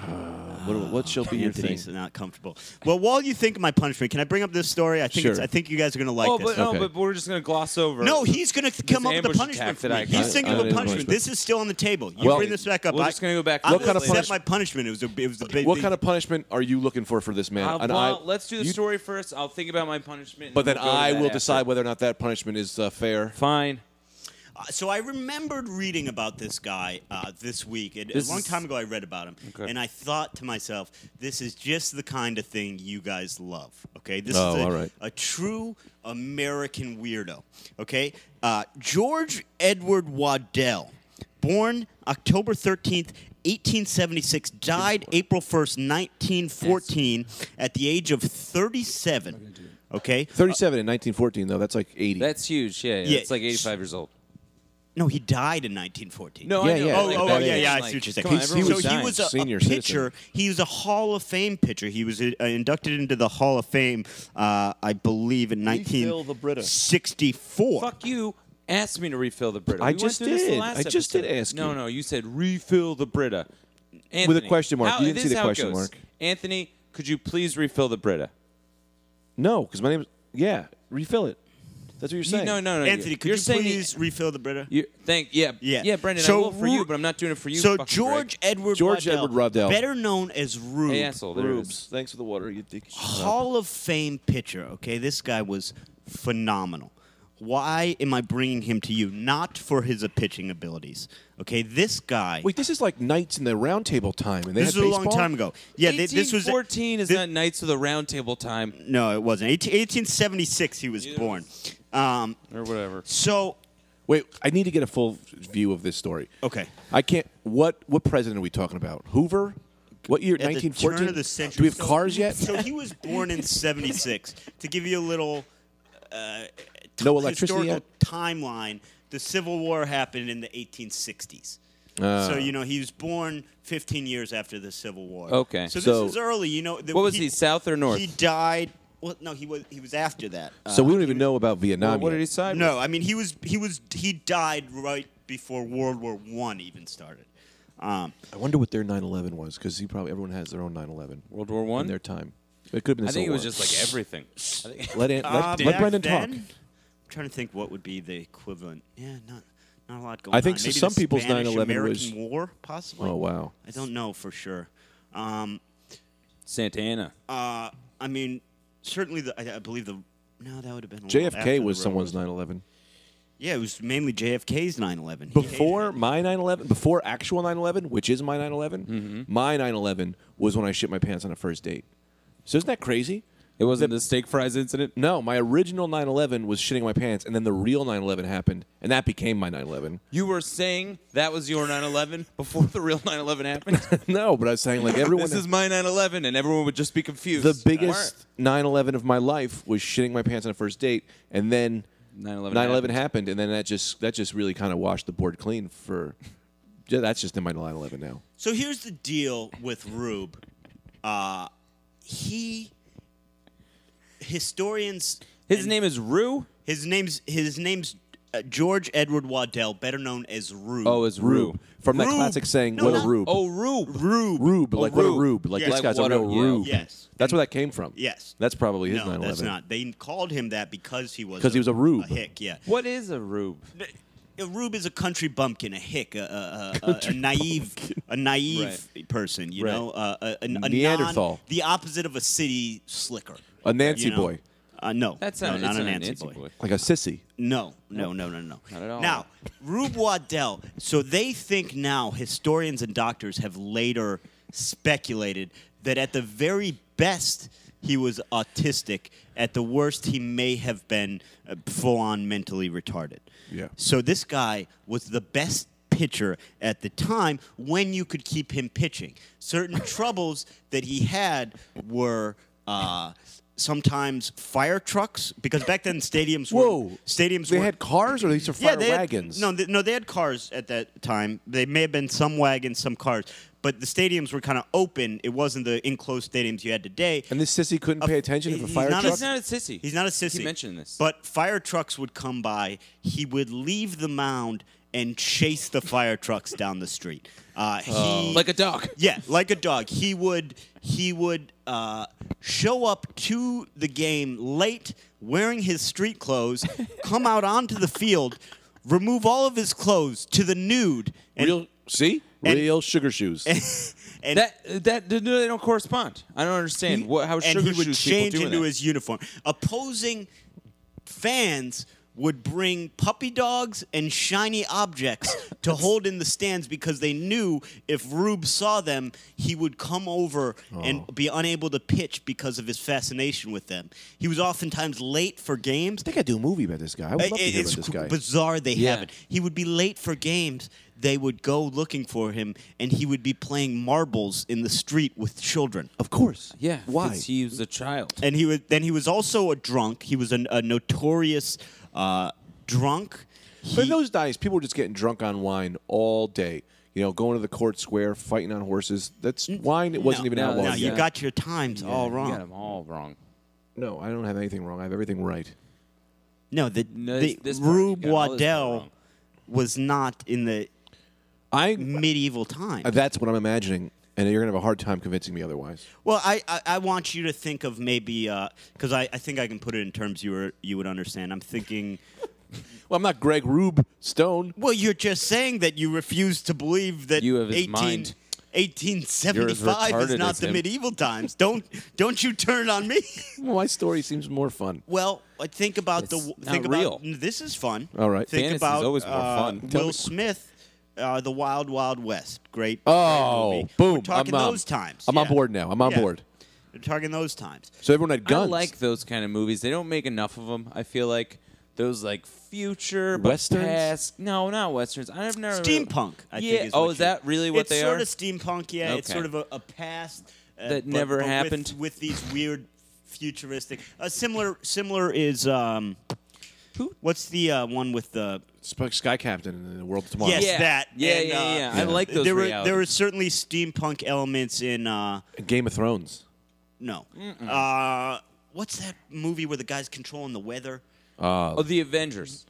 S1: What, what shall be your thing?
S3: Anthony's not comfortable. Well, while you think of my punishment, can I bring up this story? I think
S1: Sure.
S3: it's, I think you guys are going to like
S2: Oh,
S3: this.
S2: but no,
S1: Okay.
S2: but we're just gonna gloss over.
S3: No, he's going to come up with a
S2: ambush
S3: punishment
S2: attack
S3: for
S2: that
S3: me.
S2: I
S3: He's
S2: got.
S3: thinking
S1: I
S3: of
S1: don't
S3: a
S1: need a
S3: punishment.
S1: punishment.
S3: This is still on the table. You
S1: Well-
S3: bring this back up.
S2: We're
S3: I-
S2: just gonna go back to
S3: I
S2: this
S1: What kind of
S3: set
S1: punishment?
S3: my punishment. It was a, it was the big.
S1: What kind of punishment are you looking for for this man?
S2: Uh,
S1: And
S2: well,
S1: I-
S2: let's do the
S1: you-
S2: story first. I'll think about my punishment. and
S1: But then
S2: we'll go to
S1: I
S2: that
S1: will
S2: after.
S1: decide whether or not that punishment is uh, fair.
S2: Fine.
S3: Uh, So I remembered reading about this guy uh, this week. It,
S2: This
S3: a long
S2: is-
S3: time ago, I read about him,
S2: Okay.
S3: and I thought to myself, "This is just the kind of thing you guys love." Okay, this
S1: Oh,
S3: is a,
S1: all right.
S3: a true American weirdo. Okay, uh, George Edward Waddell, born October thirteenth. 1876 died April 1st, 1914, at the age of 37. Okay,
S1: 37 in 1914, though, that's like 80.
S2: That's huge. Yeah, yeah.
S3: Yeah.
S2: It's like 85 years old.
S3: no, he died in 1914.
S2: No,
S1: Yeah,
S2: I know.
S1: yeah.
S2: I
S3: Oh,
S2: like
S3: oh,
S2: that
S3: oh, yeah,
S2: age.
S3: yeah, I
S2: Like,
S3: see what you're saying.
S2: come on,
S1: He's-
S2: everyone
S1: was
S3: so he
S2: dying.
S3: was a,
S1: senior
S3: a pitcher.
S1: citizen.
S3: He was a Hall of Fame pitcher. He was uh, inducted into the Hall of Fame, uh, I believe, in
S1: Refill the Brita.
S3: 1964.
S2: Fuck you. Asked me to refill the Brita.
S1: I
S2: We went
S1: just
S2: through this the
S1: did.
S2: last
S1: I just
S2: episode.
S1: did ask
S2: No,
S1: you.
S2: no. You said refill the Brita. Anthony,
S1: question mark.
S2: How,
S1: You didn't
S2: this
S1: see
S2: is
S1: the
S2: how it
S1: question
S2: goes.
S1: mark.
S2: Anthony, could you please refill the Brita?
S1: no, because my name is. Yeah, refill it. That's what you're
S2: You-
S1: saying.
S2: no, no, no.
S3: Anthony, could
S2: you're
S3: you
S2: saying
S3: please refill the Brita?
S2: You, thank. Yeah.
S3: Yeah.
S2: Yeah, Brendan. I
S3: So
S2: will for you,
S3: Ru-
S2: but I'm not doing it for you.
S3: so
S2: fucking
S3: George Edward
S1: George
S3: Waddell,
S1: Edward Waddell.
S3: better known as Rube,
S2: Greg. Hey, asshole. There it is.
S1: Rubes. Thanks for the water, you dick.
S3: Hall of Fame pitcher. Okay, this guy was phenomenal. Why am I bringing him to you? Not for his uh, pitching abilities. Okay, this guy.
S1: Wait, this is like knights in the round table time, and they
S3: this
S1: had
S3: was a
S1: baseball?
S3: long time ago. Yeah, they, this was
S2: 14 is
S3: thi-
S2: not Knights of the Round Table time
S3: No, it wasn't. 18, 1876, he was
S2: Yeah.
S3: born. Um,
S2: or whatever.
S3: so,
S1: Wait, I need to get a full view of this story.
S3: okay.
S1: I can't. What what president are we talking about? Hoover? What year?
S3: At the
S1: 1914.
S3: turn of the century.
S1: Do we have
S3: So-
S1: cars yet?
S3: So he was born in 76. to give you a little uh, t-
S1: No electricity
S3: historical
S1: yet?
S3: timeline, the Civil War happened in the 1860s.
S1: Uh.
S3: so, you know, he was born 15 years after the Civil War.
S2: Okay.
S3: So,
S1: So-
S3: this is early, you know. The,
S2: What was he, South or North?
S3: He died. Well, no, he was he was after that.
S1: so
S3: Uh,
S1: we don't even know about Vietnam.
S2: Well, what
S1: yet.
S2: did he side?
S3: No, I mean he was he was he died right before World War One even started. Um,
S1: I wonder what their 9/11 was because he probably everyone has their own 9/11
S2: World War One.
S1: in their time. It could have been. The
S2: I think
S1: Civil
S2: it was
S1: War.
S2: just like everything. I think-
S1: Let
S3: [laughs]
S1: An-
S3: uh,
S1: let, let
S3: back
S1: Brendan
S3: then,
S1: talk.
S3: I'm trying to think what would be the equivalent. Yeah, not not a lot going on.
S1: I think so-
S3: Maybe
S1: some
S3: the
S1: people's
S3: Spanish
S1: 9/11
S3: American
S1: was-
S3: War possibly.
S1: Oh wow.
S3: I don't know for sure. Um,
S2: Santa Ana.
S3: uh, I mean, certainly the I, I believe the no that would have been a little after
S1: JFK was
S3: the World
S1: someone's
S3: War.
S1: 9/11.
S3: Yeah, it was mainly JFK's 9/11. He hated
S1: Before my 9/11, before actual 9/11, which is my 9/11, my 9/11 was when I shit my pants on a first date. So isn't that crazy?
S2: It wasn't the, steak fries incident.
S1: No, my original 9/11 was shitting my pants, and then the real 9/11 happened, and that became my 9/11.
S2: You were saying that was your 9/11 before the real [laughs]
S1: [laughs]
S2: 9/11
S1: [laughs]
S2: happened.
S1: no, but I was saying [laughs] like everyone.
S2: this is my 9/11, and everyone would just be confused.
S1: the biggest 9/11 of my life was shitting my pants on a first date, and then
S2: 9/11
S1: 9/11 happened, and then that just that just really kind of washed the board clean for. Yeah, that's just in my 9/11 now.
S3: So here's the deal with Rube. Uh, he historians
S2: His name is Rue.
S3: his name's his name's uh, George Edward Waddell, better known as Rube.
S1: Oh,
S2: it's
S1: Rube from that
S3: Rube.
S1: classic saying,
S3: No,
S1: "What
S3: not-
S1: a rube."
S2: Oh, Rube.
S3: Rube.
S1: Rube,
S2: Oh,
S1: like what a
S2: rube.
S1: rube, like
S3: Yeah.
S1: this
S3: Like
S1: guy's a
S2: what a-
S1: real
S2: yeah.
S1: rube.
S3: Yes.
S1: that's where that came from.
S3: Yes.
S1: that's probably his
S3: no,
S1: 9/11.
S3: that's not. They called him that because he was
S1: 'Cause he was a Rube.
S3: A hick, yeah.
S2: What is a Rube?
S3: A Rube is a country bumpkin, a
S1: [laughs]
S3: hick, a, a, a, a, a naive, a naive person. You
S1: Right.
S3: know, uh, a, a, a non-
S1: Neanderthal.
S3: the opposite of a city slicker.
S1: A Nancy
S3: you know?
S1: boy,
S3: Uh, no,
S2: That's
S3: no,
S2: not,
S3: not
S2: it's
S3: a
S2: not
S3: Nancy, boy.
S1: like a sissy.
S3: No, no, no, no, no.
S2: Not at all.
S3: Now, Rube Waddell. So they think now historians and doctors have later speculated that at the very best, he was autistic. At the worst, he may have been uh, full on mentally retarded.
S1: Yeah.
S3: So this guy was the best pitcher at the time when you could keep him pitching. Certain troubles that he had were uh, sometimes fire trucks because back then stadiums were
S1: Whoa.
S3: stadiums
S1: They
S3: were
S1: had cars or they used to fire
S3: they had-
S1: wagons?
S3: no, they, no, they had cars at that time. They may have been some wagons, some cars, but the stadiums were kind of open. It wasn't the enclosed stadiums you had today.
S1: And this sissy couldn't pay attention if a
S3: he's
S1: fire
S3: not a-
S1: truck.
S2: He's not a sissy.
S3: He's not a sissy.
S2: He mentioned this.
S3: But fire trucks would come by. He would leave the mound and chase the fire trucks down the street. Uh, he,
S2: like a dog.
S3: yeah, like a dog. He would he would uh, show up to the game late, wearing his street clothes, come out onto the field, remove all of his clothes to the nude, and
S1: real see
S3: and-
S1: real sugar shoes.
S3: and,
S2: That that no, they don't correspond. I don't understand what how
S3: and
S2: sugar
S3: he would
S2: shoes
S3: change
S2: people doing
S3: into
S2: that.
S3: his uniform. Opposing fans would bring puppy dogs and shiny objects to hold in the stands because they knew if Rube saw them, he would come over
S1: Oh.
S3: and be unable to pitch because of his fascination with them. He was oftentimes late for games.
S1: I think I do a movie about this guy. I would love to
S3: It-
S1: hear about
S3: it's
S1: this guy.
S3: bizarre they
S2: Yeah.
S3: haven't. He would be late for games. They would go looking for him, and he would be playing marbles in the street with children.
S1: of course.
S2: yeah,
S1: Why?
S2: 'cause He was a child.
S3: and he was then he was also a drunk. He was a, a notorious uh, drunk.
S1: But in those days, people were just getting drunk on wine all day. You know, going to the court square, fighting on horses. That's wine. It wasn't
S3: Mm. No,
S1: even
S2: no,
S1: outlawed.
S3: Now
S2: yeah.
S3: you got your times all wrong.
S2: You got 'em all wrong.
S1: No, I don't have anything wrong. I have everything right.
S3: No, the,
S2: No,
S3: the
S2: this- this part, you
S3: Rube
S2: got all this part
S3: Waddell
S2: wrong.
S3: was not in the
S1: I.
S3: medieval time.
S1: Uh, That's what I'm imagining, and you're gonna have a hard time convincing me otherwise.
S3: Well, I, I, I want you to think of maybe because I, I think I can put it in terms you were, you would understand. I'm thinking.
S1: Well, I'm not Greg Rube Stone.
S3: Well, you're just saying that you refuse to believe that
S2: You have his
S3: 18
S2: mind.
S3: 1875
S2: You're as
S3: is
S2: retarded
S3: not
S2: as
S3: the
S2: him.
S3: medieval times. Don't don't you turn on me. [laughs]
S1: Well, my story seems more fun.
S3: Well, uh, think about the
S2: It's
S3: w-
S2: not
S3: think
S2: real.
S3: about n- this is fun.
S1: All right.
S3: think
S2: Fantasy's
S3: about
S2: always more
S3: uh,
S2: fun.
S1: Tell
S3: Will
S1: me-
S3: Smith, uh, the Wild Wild West, great.
S1: Oh,
S3: great movie.
S1: boom!
S3: We're talking
S1: I'm, um,
S3: those times.
S1: I'm on
S3: yeah.
S1: board now. I'm on
S3: Yeah.
S1: board.
S3: We're talking those times.
S1: So everyone had guns.
S2: I like those kind of movies. They don't make enough of them. I feel like those like future but
S1: Westerns?
S2: past- No, not westerns. I've never
S3: Steampunk. I
S2: Uh, yeah.
S3: think is
S2: oh,
S3: what
S2: is
S3: you-
S2: that really what
S3: it's
S2: they
S3: sort
S2: are?
S3: of steampunk. Yeah, it's
S2: Okay.
S3: sort of a, a past uh,
S2: That
S3: but-
S2: never
S3: but with-
S2: happened.
S3: With, these weird futuristic. Uh, similar similar is um,
S2: Who-
S3: What's the uh, one with the
S1: Sp- Sky Captain in the world of tomorrow.
S3: Yes,
S2: yeah.
S3: that,
S2: Yeah,
S3: and,
S2: yeah,
S3: uh,
S2: yeah, I
S1: Yeah.
S2: like those.
S3: there were
S2: realities.
S3: there were certainly steampunk elements in uh,
S1: Game of Thrones.
S3: No. Uh, what's that movie where the guy's controlling the weather?
S2: oh, the Avengers,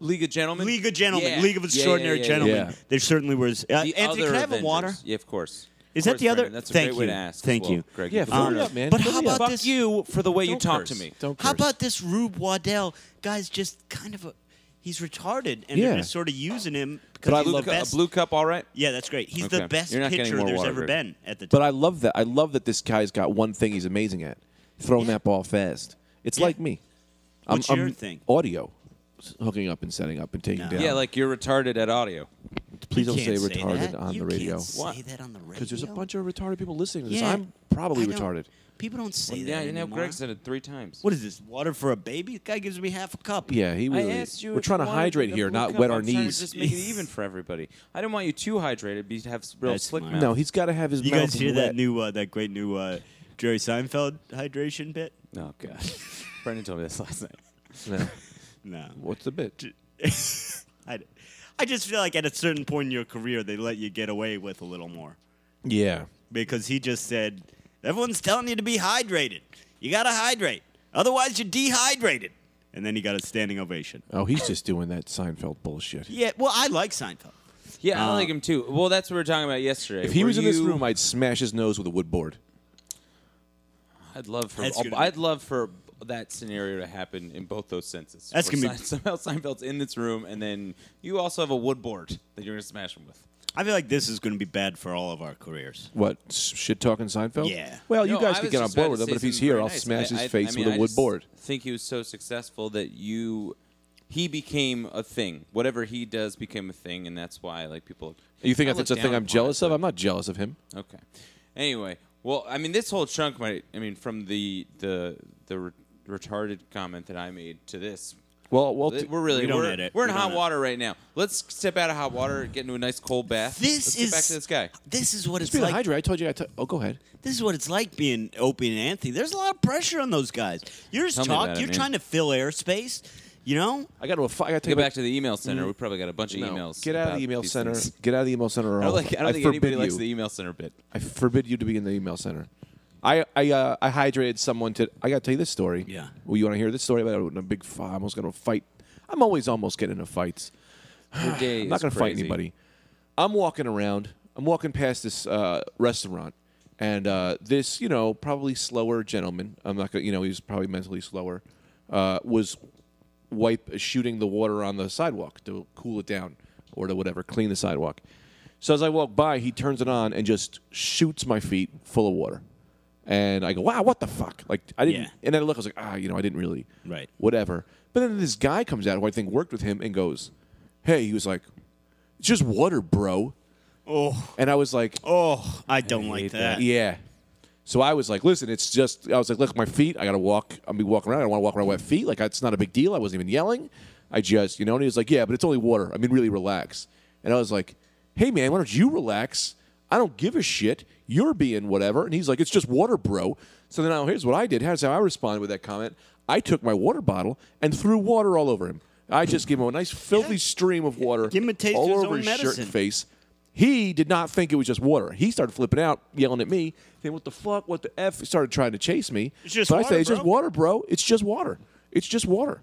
S2: League of Gentlemen,
S3: League of Gentlemen,
S2: Yeah.
S3: League of
S2: Yeah, yeah,
S3: Extraordinary
S2: yeah, yeah.
S3: Gentlemen.
S1: yeah.
S3: There certainly was. Uh,
S2: The
S3: Anthony,
S2: other
S3: can I have
S2: Avengers.
S3: a water?
S2: Yeah, of course.
S3: Is
S2: Of
S3: that
S2: course,
S3: the other-
S2: Brandon. That's a
S3: Thank
S2: great way
S3: you.
S2: to ask. as
S3: Thank
S2: well,
S3: you.
S2: Greg.
S1: Yeah,
S2: Fuck
S1: fill it
S3: Um,
S1: up, man.
S3: but
S1: Fill
S3: how
S1: it
S3: about
S1: up.
S2: Fuck
S3: this-
S2: you for the way you
S1: Don't
S2: talk
S1: curse.
S2: to me.
S1: Don't
S3: How
S1: curse.
S3: about this Rube Waddell? Guy's just kind of a. He's retarded, and
S1: Yeah.
S3: they're just sort of using him because
S1: But I
S3: he's
S2: Blue
S1: love
S3: the
S2: cu-
S3: best.
S2: A blue cup, all right.
S3: yeah, that's great. He's
S2: Okay.
S3: the best
S2: You're not getting
S3: pitcher
S2: more
S3: there's
S2: water,
S3: ever
S2: Greg.
S3: been at the time.
S1: But I love that. I love that this guy's got one thing he's amazing at: throwing that ball fast. It's
S3: Yeah.
S1: like me.
S3: What's your thing?
S1: Audio, S- hooking up and setting up and taking
S3: No.
S1: down.
S2: Yeah, like you're retarded at audio.
S1: please don't say
S3: Can't
S1: retarded
S3: that.
S1: on
S3: You
S1: the radio
S3: Can't say
S2: Why?
S3: that on the radio.
S1: because there's a bunch of retarded people listening to this.
S3: Yeah.
S1: I'm probably
S3: I don't-
S1: retarded.
S3: People don't say that.
S2: Yeah, you know,
S3: anymore.
S2: Greg said it three times.
S3: What is this? Water for a baby? The guy gives me half a cup.
S1: Yeah, he really.
S2: I asked you.
S1: we're
S2: if
S1: trying
S2: you
S1: to
S2: wanted
S1: hydrate
S2: the
S1: here,
S2: blue
S1: not
S2: cup.
S1: wet our
S2: I'm trying to
S1: knees.
S2: Just make it even for everybody. I didn't want you too hydrated. Be have real
S3: That's
S2: slick
S3: smart.
S2: mouth.
S1: No, he's got to have his
S3: You
S1: mouth
S3: guys hear
S1: wet.
S3: that new, uh, that great new uh, Jerry Seinfeld hydration bit?
S2: Oh god.
S1: [laughs]
S2: Brendan told me this last night.
S1: No.
S3: No.
S1: What's the bit?
S3: I, I just feel like at a certain point in your career, they let you get away with a little more
S1: Yeah.
S3: because he just said, everyone's telling you to be hydrated. You got to hydrate. Otherwise, you're dehydrated. And then he got a standing ovation.
S1: Oh, he's just doing that Seinfeld bullshit.
S3: Yeah, well, I like Seinfeld.
S2: Yeah, I
S3: Uh,
S2: like him too. Well, that's what we were talking about yesterday.
S1: If he
S2: Were
S1: was in this
S2: you-
S1: room, I'd smash his nose with a wood board.
S2: I'd love for
S3: That's good.
S2: I'd love for that scenario to happen in both those senses.
S3: That's
S2: Where
S3: gonna be-
S2: Sein- [laughs] somehow Seinfeld's in this room, and then you also have a wood board that you're gonna smash him with.
S3: I feel like this is going to be bad for all of our careers.
S1: What shit talking Seinfeld?
S3: Yeah.
S1: Well, you
S2: No,
S1: guys
S2: I
S1: could
S2: was
S1: get on
S2: just about
S1: board with
S2: to
S1: him,
S2: say
S1: but if he's
S2: something
S1: here,
S2: very
S1: I'll
S2: nice.
S1: smash
S2: I- I-
S1: his face
S2: I mean,
S1: with a
S2: I
S1: wood
S2: just
S1: board.
S2: Think he was so successful that you, he became a thing. Whatever he does became a thing, and that's why like people.
S1: You think
S2: I
S1: that's a
S2: look
S1: thing
S2: down
S1: I'm
S2: upon
S1: jealous
S2: it,
S1: of? I'm not jealous of him.
S2: but- Okay. Anyway, Well, I mean, this whole chunk might. I mean, from the the the re- retarded comment that I made to this,
S1: Well, well,
S2: we're really
S3: We don't
S2: are
S3: edit.
S2: we're in
S3: We don't
S2: hot
S3: edit.
S2: water right now. Let's step out of hot water, get into a nice cold bath.
S3: This
S2: Let's
S3: is
S2: get back to this guy.
S3: This is what it's
S1: speaking
S3: like.
S1: of Hydra, I told you. I t- oh, go ahead.
S3: this is what it's like being Opie and Anthony. There's a lot of pressure on those guys. You're just
S2: Tell me
S3: talk.
S2: about it,
S3: You're
S2: man.
S3: trying to fill airspace. You know,
S1: I got to. I got to
S2: Get back to the email center. We probably got a bunch of emails.
S1: Get out of
S2: about
S1: the email
S2: these
S1: center.
S2: things.
S1: Get out of the email center. Or
S2: I
S1: I'll-
S2: don't, like, I don't think
S1: forbid
S2: anybody likes
S1: you.
S2: the email center bit.
S1: I forbid you to be in the email center. I I uh, I hydrated someone to. I got to tell you this story.
S3: Yeah.
S1: Well, you want to hear this story about a big fight? I almost got to fight. I'm always almost getting into fights.
S2: Your day
S1: I'm not going to fight anybody. I'm walking around. I'm walking past this uh, restaurant, and uh, this, you know, probably slower gentleman. I'm not going. to You know, he's probably mentally slower. Uh, was wipe shooting the water on the sidewalk to cool it down or to whatever, clean the sidewalk. So as I walk by, he turns it on and just shoots my feet full of water. And I go, wow, what the fuck? Like I didn't.
S3: Yeah.
S1: And then I look, I was like, ah, you know, I didn't really.
S3: Right.
S1: Whatever. But then this guy comes out who I think worked with him and goes, hey, he was like, it's just water, bro.
S3: oh,
S1: And I was like,
S3: oh, I don't like
S2: hate
S3: that.
S2: that.
S1: yeah. So I was like, listen, it's just, I was like, look, my feet, I got to walk, I'm be walking around. I don't want to walk around with wet feet. Like, it's not a big deal. I wasn't even yelling. I just, you know, and he was like, yeah, but it's only water. I mean, really relax. And I was like, hey, man, why don't you relax? I don't give a shit. You're being whatever. And he's like, it's just water, bro. So then now here's what I did. Here's how I responded with that comment. I took my water bottle and threw water all over him. I just gave him a nice filthy stream of water
S3: Give him a taste
S1: all
S3: of his
S1: over
S3: own
S1: his shirt
S3: medicine.
S1: and face. He did not think it was just water. He started flipping out, yelling at me, saying, What the fuck? What the F? He started trying to chase me.
S3: It's just
S1: but I
S3: water,
S1: say, It's just
S3: bro."
S1: water, bro. It's just water. It's just water.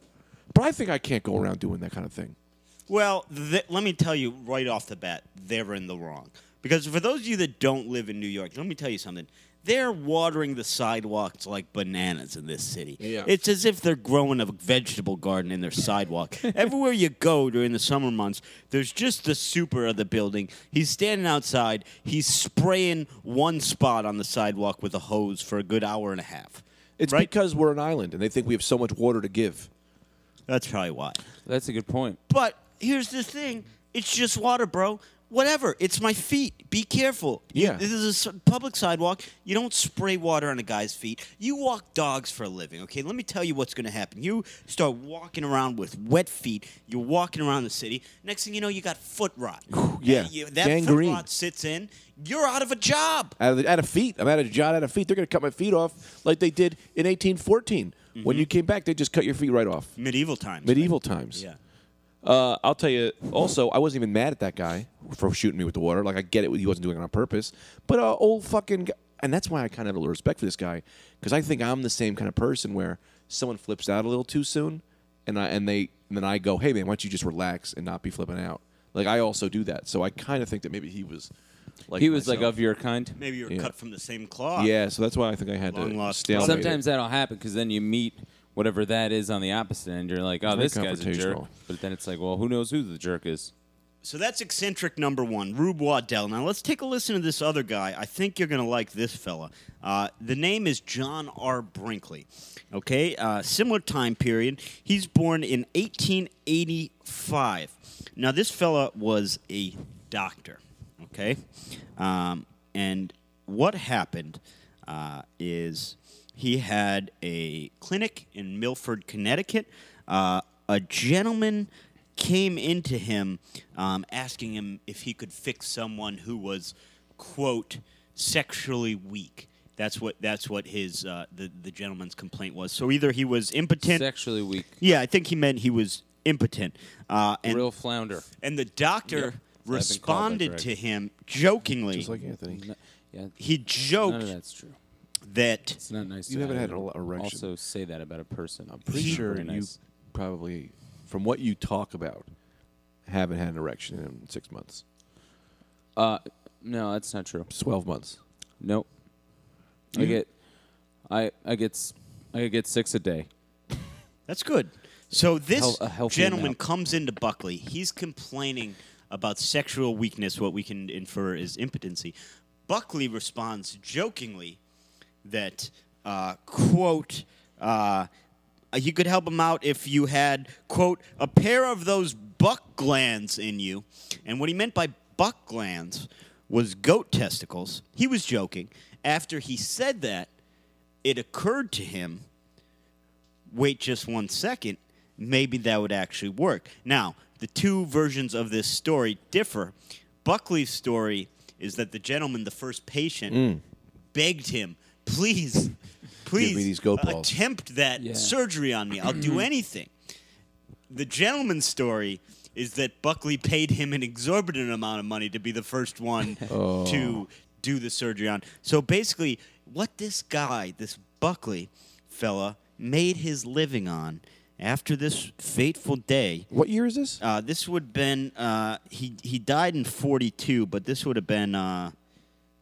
S1: But I think I can't go around doing that kind of thing.
S3: Well, th- let me tell you right off the bat, they're in the wrong. Because for those of you that don't live in New York, let me tell you something. They're watering the sidewalks like bananas in this city.
S1: Yeah.
S3: It's as if they're growing a vegetable garden in their sidewalk. Everywhere you go during the summer months, there's just the super of the building. He's standing outside, he's spraying one spot on the sidewalk with a hose for a good hour and a half.
S1: It's
S3: Right.
S1: because we're an island and they think we have so much water to give.
S3: That's probably why.
S2: That's a good point.
S3: But here's the thing: it's just water, bro. Whatever. It's my feet. Be careful. You-
S1: Yeah.
S3: this is a s- public sidewalk. You don't spray water on a guy's feet. You walk dogs for a living. Okay. Let me tell you what's going to happen. You start walking around with wet feet. You're walking around the city. Next thing you know, you got foot rot.
S1: yeah.
S3: You- that
S1: Gangrene.
S3: foot rot sits in. You're out of a job.
S1: Out of, the, out of feet. I'm out of John out of feet. They're going to cut my feet off like they did in 1814.
S3: Mm-hmm.
S1: When you came back, they just cut your feet right off.
S3: Medieval times.
S1: Medieval times.
S3: Yeah.
S1: Uh, I'll tell you. Also, I wasn't even mad at that guy for shooting me with the water. Like I get it, he wasn't doing it on purpose. But uh, old fucking, g- and that's why I kind of have a little respect for this guy because I think I'm the same kind of person where someone flips out a little too soon, and I and they and then I go, hey man, why don't you just relax and not be flipping out? Like I also do that, so I kind of think that maybe he was, like
S2: He was like
S1: myself.
S2: of your kind.
S3: Maybe you're
S1: Yeah.
S3: cut from the same cloth.
S1: yeah. So that's why I think I had
S3: Long
S1: to
S3: lost
S1: stay.
S3: brother.
S2: Sometimes that'll happen because then you meet whatever that is on the opposite end. You're like, oh,
S1: Very
S2: this guy's a jerk.
S1: confrontational.
S2: But then it's like, well, who knows who the jerk is?
S3: So that's eccentric number one, Rube Waddell. Now let's take a listen to this other guy. I think you're going to like this fella. Uh, the name is John R. Brinkley. Okay, uh, similar time period. He's born in 1885. Now this fella was a doctor. Okay, um, and what happened uh, is he had a clinic in Milford, Connecticut. Uh, a gentleman came into him um, asking him if he could fix someone who was quote sexually weak that's what that's what his uh, the, the gentleman's complaint was so either he was impotent
S2: Sexually weak.
S3: yeah i think he meant he was impotent uh, and
S2: Real flounder.
S3: and the doctor
S2: Yep. I've been called that,
S3: responded
S2: Greg.
S3: to him jokingly
S1: Just like Anthony,
S2: No- yeah,
S3: he
S2: none of
S3: joked
S2: that's true.
S3: that
S2: It's not nice.
S1: You
S2: to
S1: haven't had
S2: either
S1: an erection.
S2: Also, say that about a person. I'm
S1: pretty sure you probably, from what you talk about, haven't had an erection in six months,
S2: Uh, no, that's not true.
S1: twelve months.
S2: Nope. I get, I I get, s- I get six a day.
S3: That's good. So this
S2: Hel- a healthy
S3: gentleman
S2: amount.
S3: comes into Buckley. He's complaining about sexual weakness, what we can infer is impotency. Buckley responds jokingly that, uh, quote, uh, you could help him out if you had, quote, a pair of those buck glands in you. And what he meant by buck glands was goat testicles. He was joking. After he said that, it occurred to him wait just one second, maybe that would actually work. Now, the two versions of this story differ. Buckley's story is that the gentleman, the first patient, begged him, please, please
S1: Mm. me these goat balls."
S3: attempt that
S4: Yeah.
S3: surgery on me. I'll do anything. The gentleman's story is that Buckley paid him an exorbitant amount of money to be the
S1: [laughs]
S3: first one to do the surgery on. So basically, what this guy, this Buckley fella, made his living on after this fateful day.
S1: What year is this?
S3: Uh, this would have been uh, he he died in forty two, but this would have been uh,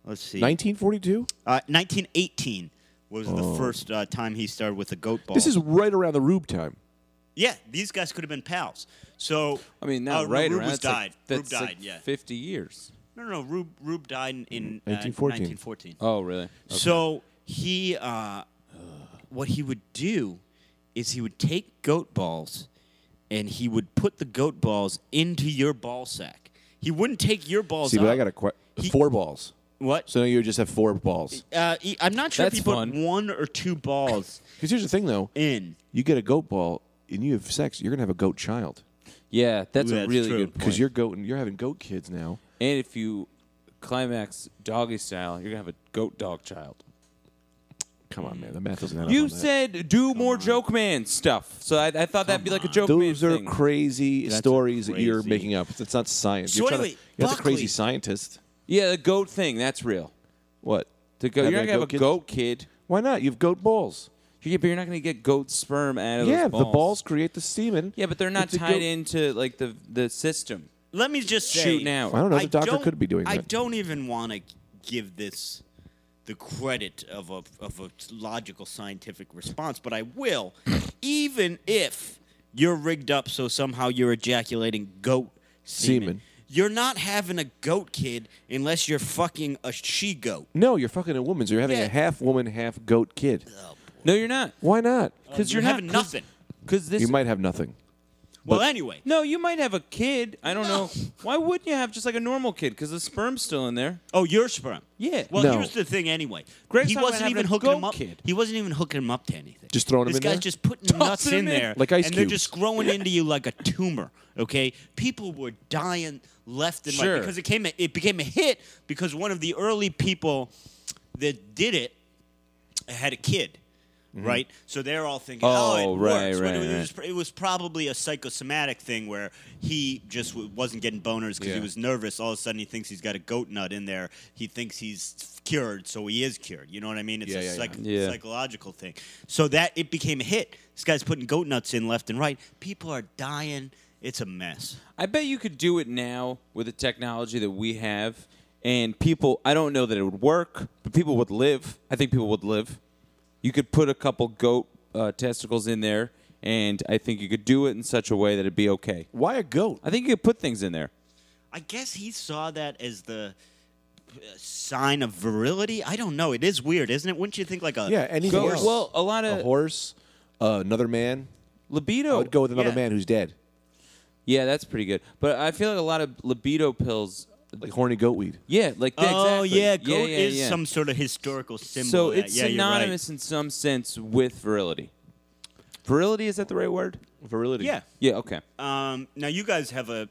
S3: let's see,
S1: 1942.
S3: uh, nineteen eighteen was the first uh, time he started with a goat ball.
S1: Oh. This is right around the Rube time.
S3: Yeah, these guys could have been pals. So
S2: I mean, not
S1: Oh,
S3: uh, no,
S2: right
S3: Rube
S2: around.
S3: was
S2: that's like-
S3: died. Rube
S2: that's
S3: died.
S2: like
S3: yeah.
S2: fifty years.
S3: No, no, no. Rube, Rube died in, in uh,
S1: 1914.
S3: 1914.
S2: Mm, Oh, really?
S3: So he, uh, what he would do is he would take goat balls, and he would put the goat balls into your ball sack. He wouldn't take your balls.
S1: See, but
S3: out.
S1: I got a question.
S3: He-
S1: Four balls.
S3: what?
S1: So now you just have four balls.
S3: Uh, he, I'm not sure if
S2: That's
S3: he put
S2: fun.
S3: one or two balls
S1: Because here's the thing, though.
S3: in.
S1: You get a goat ball and you have sex, you're gonna have a goat child.
S2: Yeah, that's,
S3: That's
S2: a really
S3: true.
S2: good point.
S1: Because you're goat and you're having goat kids now.
S2: and if you climax doggy style, you're gonna have a goat dog child.
S1: Come on, man. The math doesn't add up.
S2: You
S1: on that.
S2: said do more joke man stuff, so I, I thought that'd be like a joke man
S1: Those are
S2: thing.
S1: crazy stories that you're
S3: crazy-
S1: making up. It's not science.
S3: So
S1: you're trying
S3: anyway,
S1: to, you're not the
S3: Buckley-
S1: crazy scientist.
S2: yeah, the goat thing that's real.
S1: What?
S2: The goat,
S1: Having
S2: you're not gonna have a
S1: kid?
S2: goat kid.
S1: Why not? You have goat balls.
S2: Yeah, but you're not gonna get goat sperm out of
S1: yeah,
S2: those balls.
S1: the balls create the semen.
S2: Yeah, but they're not
S1: It's a
S2: tied
S1: goat-
S2: into like the the system.
S3: Let me just say,
S2: Shooting out.
S1: I don't know. The
S3: I
S1: doctor
S3: don't-
S1: could be doing
S3: I
S1: that.
S3: don't even want to give this the credit of a of a logical scientific response, but I
S1: [laughs]
S3: will, even if you're rigged up so somehow you're ejaculating goat semen.
S1: Semen.
S3: You're not having a goat kid unless you're fucking a she goat.
S1: No, you're fucking a woman. So you're having
S3: Yeah.
S1: a half woman, half goat kid.
S2: No, you're not,
S1: Why not?
S2: because
S3: you're
S2: you're, not
S3: having
S2: 'cause-
S3: nothing.
S2: Because this
S1: You might have nothing.
S3: Well, anyway,
S2: No, you might have a kid. I don't
S3: No. [laughs]
S2: know. Why wouldn't you have just like a normal kid? Because the sperm's still in there.
S3: oh, your sperm.
S2: Yeah.
S3: Well,
S1: No.
S3: here's the thing. Anyway,
S2: Greg's
S3: he
S2: talking about
S3: wasn't
S2: having
S3: even
S2: a
S3: hooking him
S2: goat
S3: up.
S2: kid.
S3: He wasn't even hooking him up to anything.
S1: Just throwing him
S3: This
S1: in
S3: guy's
S1: there?
S2: [laughs]
S3: just putting nuts
S2: him
S3: in
S2: in.
S3: there,
S1: Like Ice
S3: and they're
S1: Cube.
S3: just growing into you like a tumor. Okay, people were dying left and
S2: Sure.
S3: right because it came. A, it became a hit because one of the early people that did it had a kid.
S1: Mm-hmm.
S3: Right, so they're all thinking, "Oh,
S2: Oh, right,
S3: it works." but it,
S2: right,
S3: was, it was probably a psychosomatic thing where he just w- wasn't getting boners because he
S1: Yeah.
S3: was nervous. All of a sudden, he thinks he's got a goat nut in there. He thinks he's cured, so he is cured. You know what I mean? It's
S1: Yeah,
S3: a
S1: yeah,
S3: psych-
S2: yeah. Yeah.
S3: psychological thing. So that it became a hit. This guy's putting goat nuts in left and right. People are dying. It's a mess.
S2: I bet you could do it now with the technology that we have, and people. I don't know that it would work, but people would live. I think people would live. You could put a couple goat uh, testicles in there, and I think you could do it in such a way that it'd be okay.
S1: Why a goat?
S2: I think you could put things in there.
S3: I guess he saw that as the uh, sign of virility. I don't know. It is weird, isn't it? Wouldn't you think like a
S1: Yeah, anything
S2: Goat-
S1: else.
S2: well, a lot of-
S1: a horse, uh, another man. I
S2: Libido.
S1: would go with another
S3: yeah.
S1: man who's dead,
S2: Yeah, that's pretty good. But I feel like a lot of libido pills.
S1: like horny goat weed.
S2: Yeah, like
S3: Oh
S2: exactly.
S3: yeah, goat
S2: yeah,
S3: is
S2: yeah.
S3: some sort of historical symbol.
S2: So
S3: of that.
S2: it's
S3: yeah, you're right.
S2: synonymous in some sense with virility. Virility is that the right word?
S1: Virility.
S3: Yeah.
S2: Yeah. Okay.
S3: Um, now you guys have a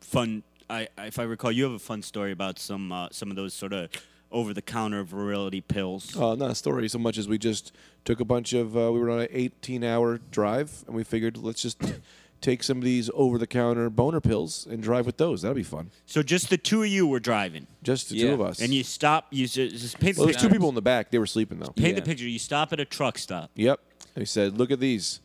S3: fun. I, I- if I recall, you have a fun story about some uh, some of those sort of over the counter virility pills.
S1: Uh, not a story so much as we just took a bunch of. Uh, we were on an 18-hour drive, and we figured let's just [coughs] take some of these over-the-counter boner pills and drive with those. That'd be fun.
S3: So just the two of you were driving,
S1: Just the two
S2: Yeah.
S1: of us.
S3: and you stop. You just, just paint the
S1: well, there's
S3: picture.
S1: two people in the back. They were sleeping though.
S3: Paint the
S2: Yeah.
S3: picture. You stop at a truck stop.
S1: Yep. They said, "Look at these.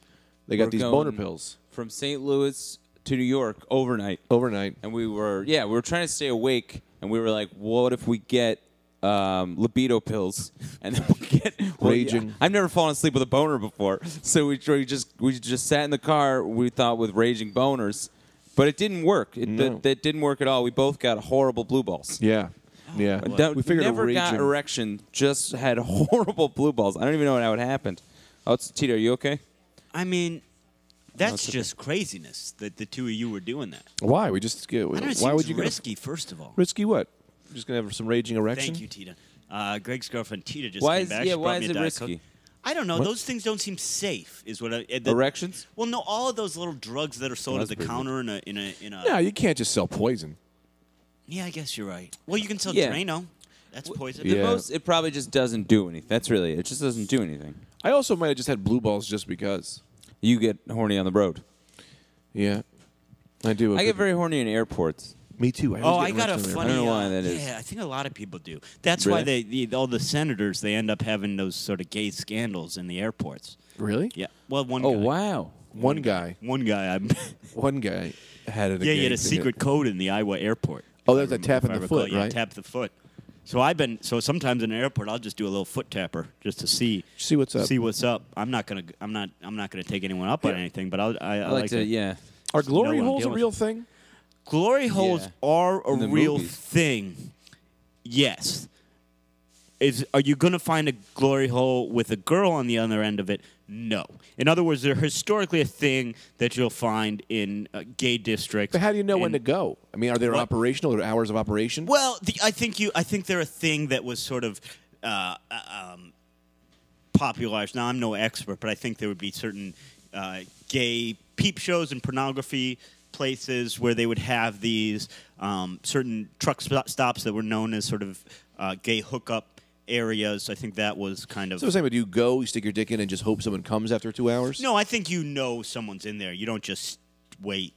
S1: They got
S2: We're
S1: these
S2: going-
S1: boner pills
S2: From St. Louis to New York overnight,
S1: overnight."
S2: and we were yeah we were trying to stay awake, and we were like, what if we get um, libido pills, [laughs] and then we get well, yeah,
S1: Raging.
S2: I've never fallen asleep with a boner before, so we, we just we just sat in the car. We thought with raging boners, but it didn't work. It,
S1: No.
S2: that, that didn't work at all. We both got horrible blue balls.
S1: Yeah. Yeah.
S2: Don't-
S1: we figured
S2: never
S1: a
S2: got
S1: raging-
S2: erection. Just had [laughs] horrible blue balls. I don't even know how it happened. Oh, it's Tito. Are you okay?
S3: I mean, that's
S2: it's okay.
S3: just craziness that the two of you were doing that.
S1: Why? We just.
S3: I don't know, it
S1: why
S3: seems
S1: would you get a-
S3: risky? First of all,
S1: risky? What? Just gonna have some raging erection.
S3: thank you, Tita. Uh, Greg's girlfriend Tita just
S2: Why
S3: came
S2: is-
S3: back.
S2: yeah,
S3: She
S2: why
S3: brought me
S2: is
S3: a
S2: it
S3: Diet
S2: risky?
S3: Coke. I don't know. Those things don't seem safe. Is what I, uh, the-
S2: Erections?
S3: Well, no, all of those little drugs that are sold
S2: Well,
S3: at the
S2: that's pretty
S3: counter in a in a in a.
S1: No, you can't just sell poison.
S3: Yeah, I guess you're right. Well, you can sell
S2: Yeah.
S3: Drano. That's poison.
S2: The
S1: Yeah.
S2: most, it probably just doesn't do anything. That's really it. It Just doesn't do anything.
S1: I also might have just had blue balls just because.
S2: You get horny on the road.
S1: Yeah, I do.
S2: I get very horny in airports.
S1: Me too. I
S3: Oh, I
S1: always get
S3: got a
S1: erectile
S3: funny.
S2: I don't know why
S3: uh,
S2: that is.
S3: Yeah, I think a lot of people do. That's why they
S2: Really?
S3: the, all the senators they end up having those sort of gay scandals in the airports.
S1: aneurysm. Really?
S3: Yeah. Well, one.
S2: Oh
S3: guy,
S2: wow!
S1: One guy.
S3: One guy. I'm. [laughs]
S1: One guy had it.
S3: yeah, you had a secret code in the Iowa airport.
S1: Oh, that's
S3: if I
S1: a
S3: remember-
S1: tap
S3: if
S1: in
S3: I
S1: the
S3: recall.
S1: foot,
S3: yeah,
S1: right?
S3: Tap the foot. So I've been so sometimes in an airport I'll just do a little foot tapper just to see
S1: See what's up.
S3: see what's up. I'm not gonna I'm not I'm not gonna take anyone up on
S1: Yeah.
S3: anything, but I'll, I, I,
S2: I like to. Yeah.
S1: Are glory
S3: No, I'm
S1: holes a
S3: dealing
S1: real
S3: with
S1: thing?
S3: Glory holes
S2: Yeah.
S3: are a
S2: In the
S3: real
S2: movies.
S3: thing. Yes. Is are you going to find a glory hole with a girl on the other end of it? No. In other words, they're historically a thing that you'll find in uh, gay districts.
S1: But how do you know when
S3: And-
S1: to go? I mean, are there
S3: What?
S1: operational or hours of operation?
S3: Well, the, I think you. I think they're a thing that was sort of uh, uh, um, popularized. Now I'm no expert, but I think there would be certain uh, gay peep shows and pornography places where they would have these um, certain truck sp- stops that were known as sort of uh, gay hookup areas. I think that was kind of.
S1: So I'm saying, but do you go, you stick your dick in, and just hope someone comes after two hours?
S3: no, I think you know someone's in there. You don't just wait.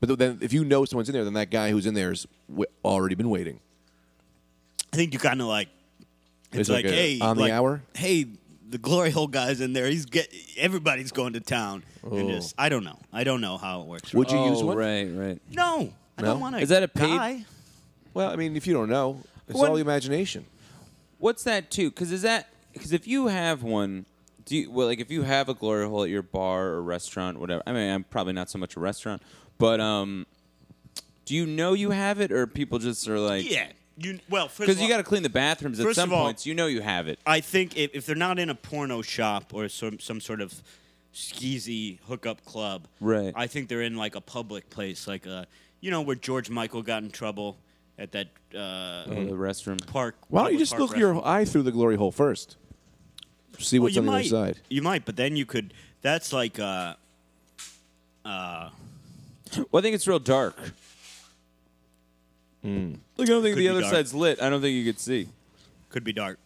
S1: But then, if you know someone's in there, then that guy who's in there has w- already been waiting.
S3: I think you kind of like it's
S1: It's
S3: like,
S1: like a-
S3: hey
S1: on the
S3: like,
S1: hour?
S3: hey the glory hole guys in there he's get everybody's going to town and
S1: Oh.
S3: just I don't know I don't know how it works
S1: Would you
S2: oh,
S1: use one?
S2: Right, right.
S3: no I
S1: No?
S3: don't want to
S2: Is that a paid-
S3: guy.
S1: Well, I mean, if you don't know, it's
S2: One-
S1: all the imagination.
S2: What's that too? Because is that because if you have one, do you well like if you have a glory hole at your bar or restaurant, whatever. I mean, I'm probably not so much a restaurant, but um, do you know you have it or people just are like
S3: yeah you well first
S2: Because
S3: of
S2: you
S3: all-
S2: got to clean the bathrooms at
S3: first
S2: some
S3: of all-
S2: points. You know you have it.
S3: I think if, if they're not in a porno shop or some some sort of skeezy hookup club,
S2: Right.
S3: I think they're in like a public place, like a you know where George Michael got in trouble at that
S2: Oh,
S3: uh,
S2: the restroom.
S3: park.
S1: Mm-hmm. Why don't you
S3: public
S1: just
S3: park
S1: look
S3: restroom.
S1: your eye through the glory hole first? See
S3: Well,
S1: what's
S3: you
S1: on the
S3: might.
S1: other side.
S3: You might, but then you could. That's like uh,
S2: Well, I think it's real dark. Look, I don't think
S3: Could be
S2: the other
S3: dark.
S2: side's lit. I don't think you could see.
S3: could be dark.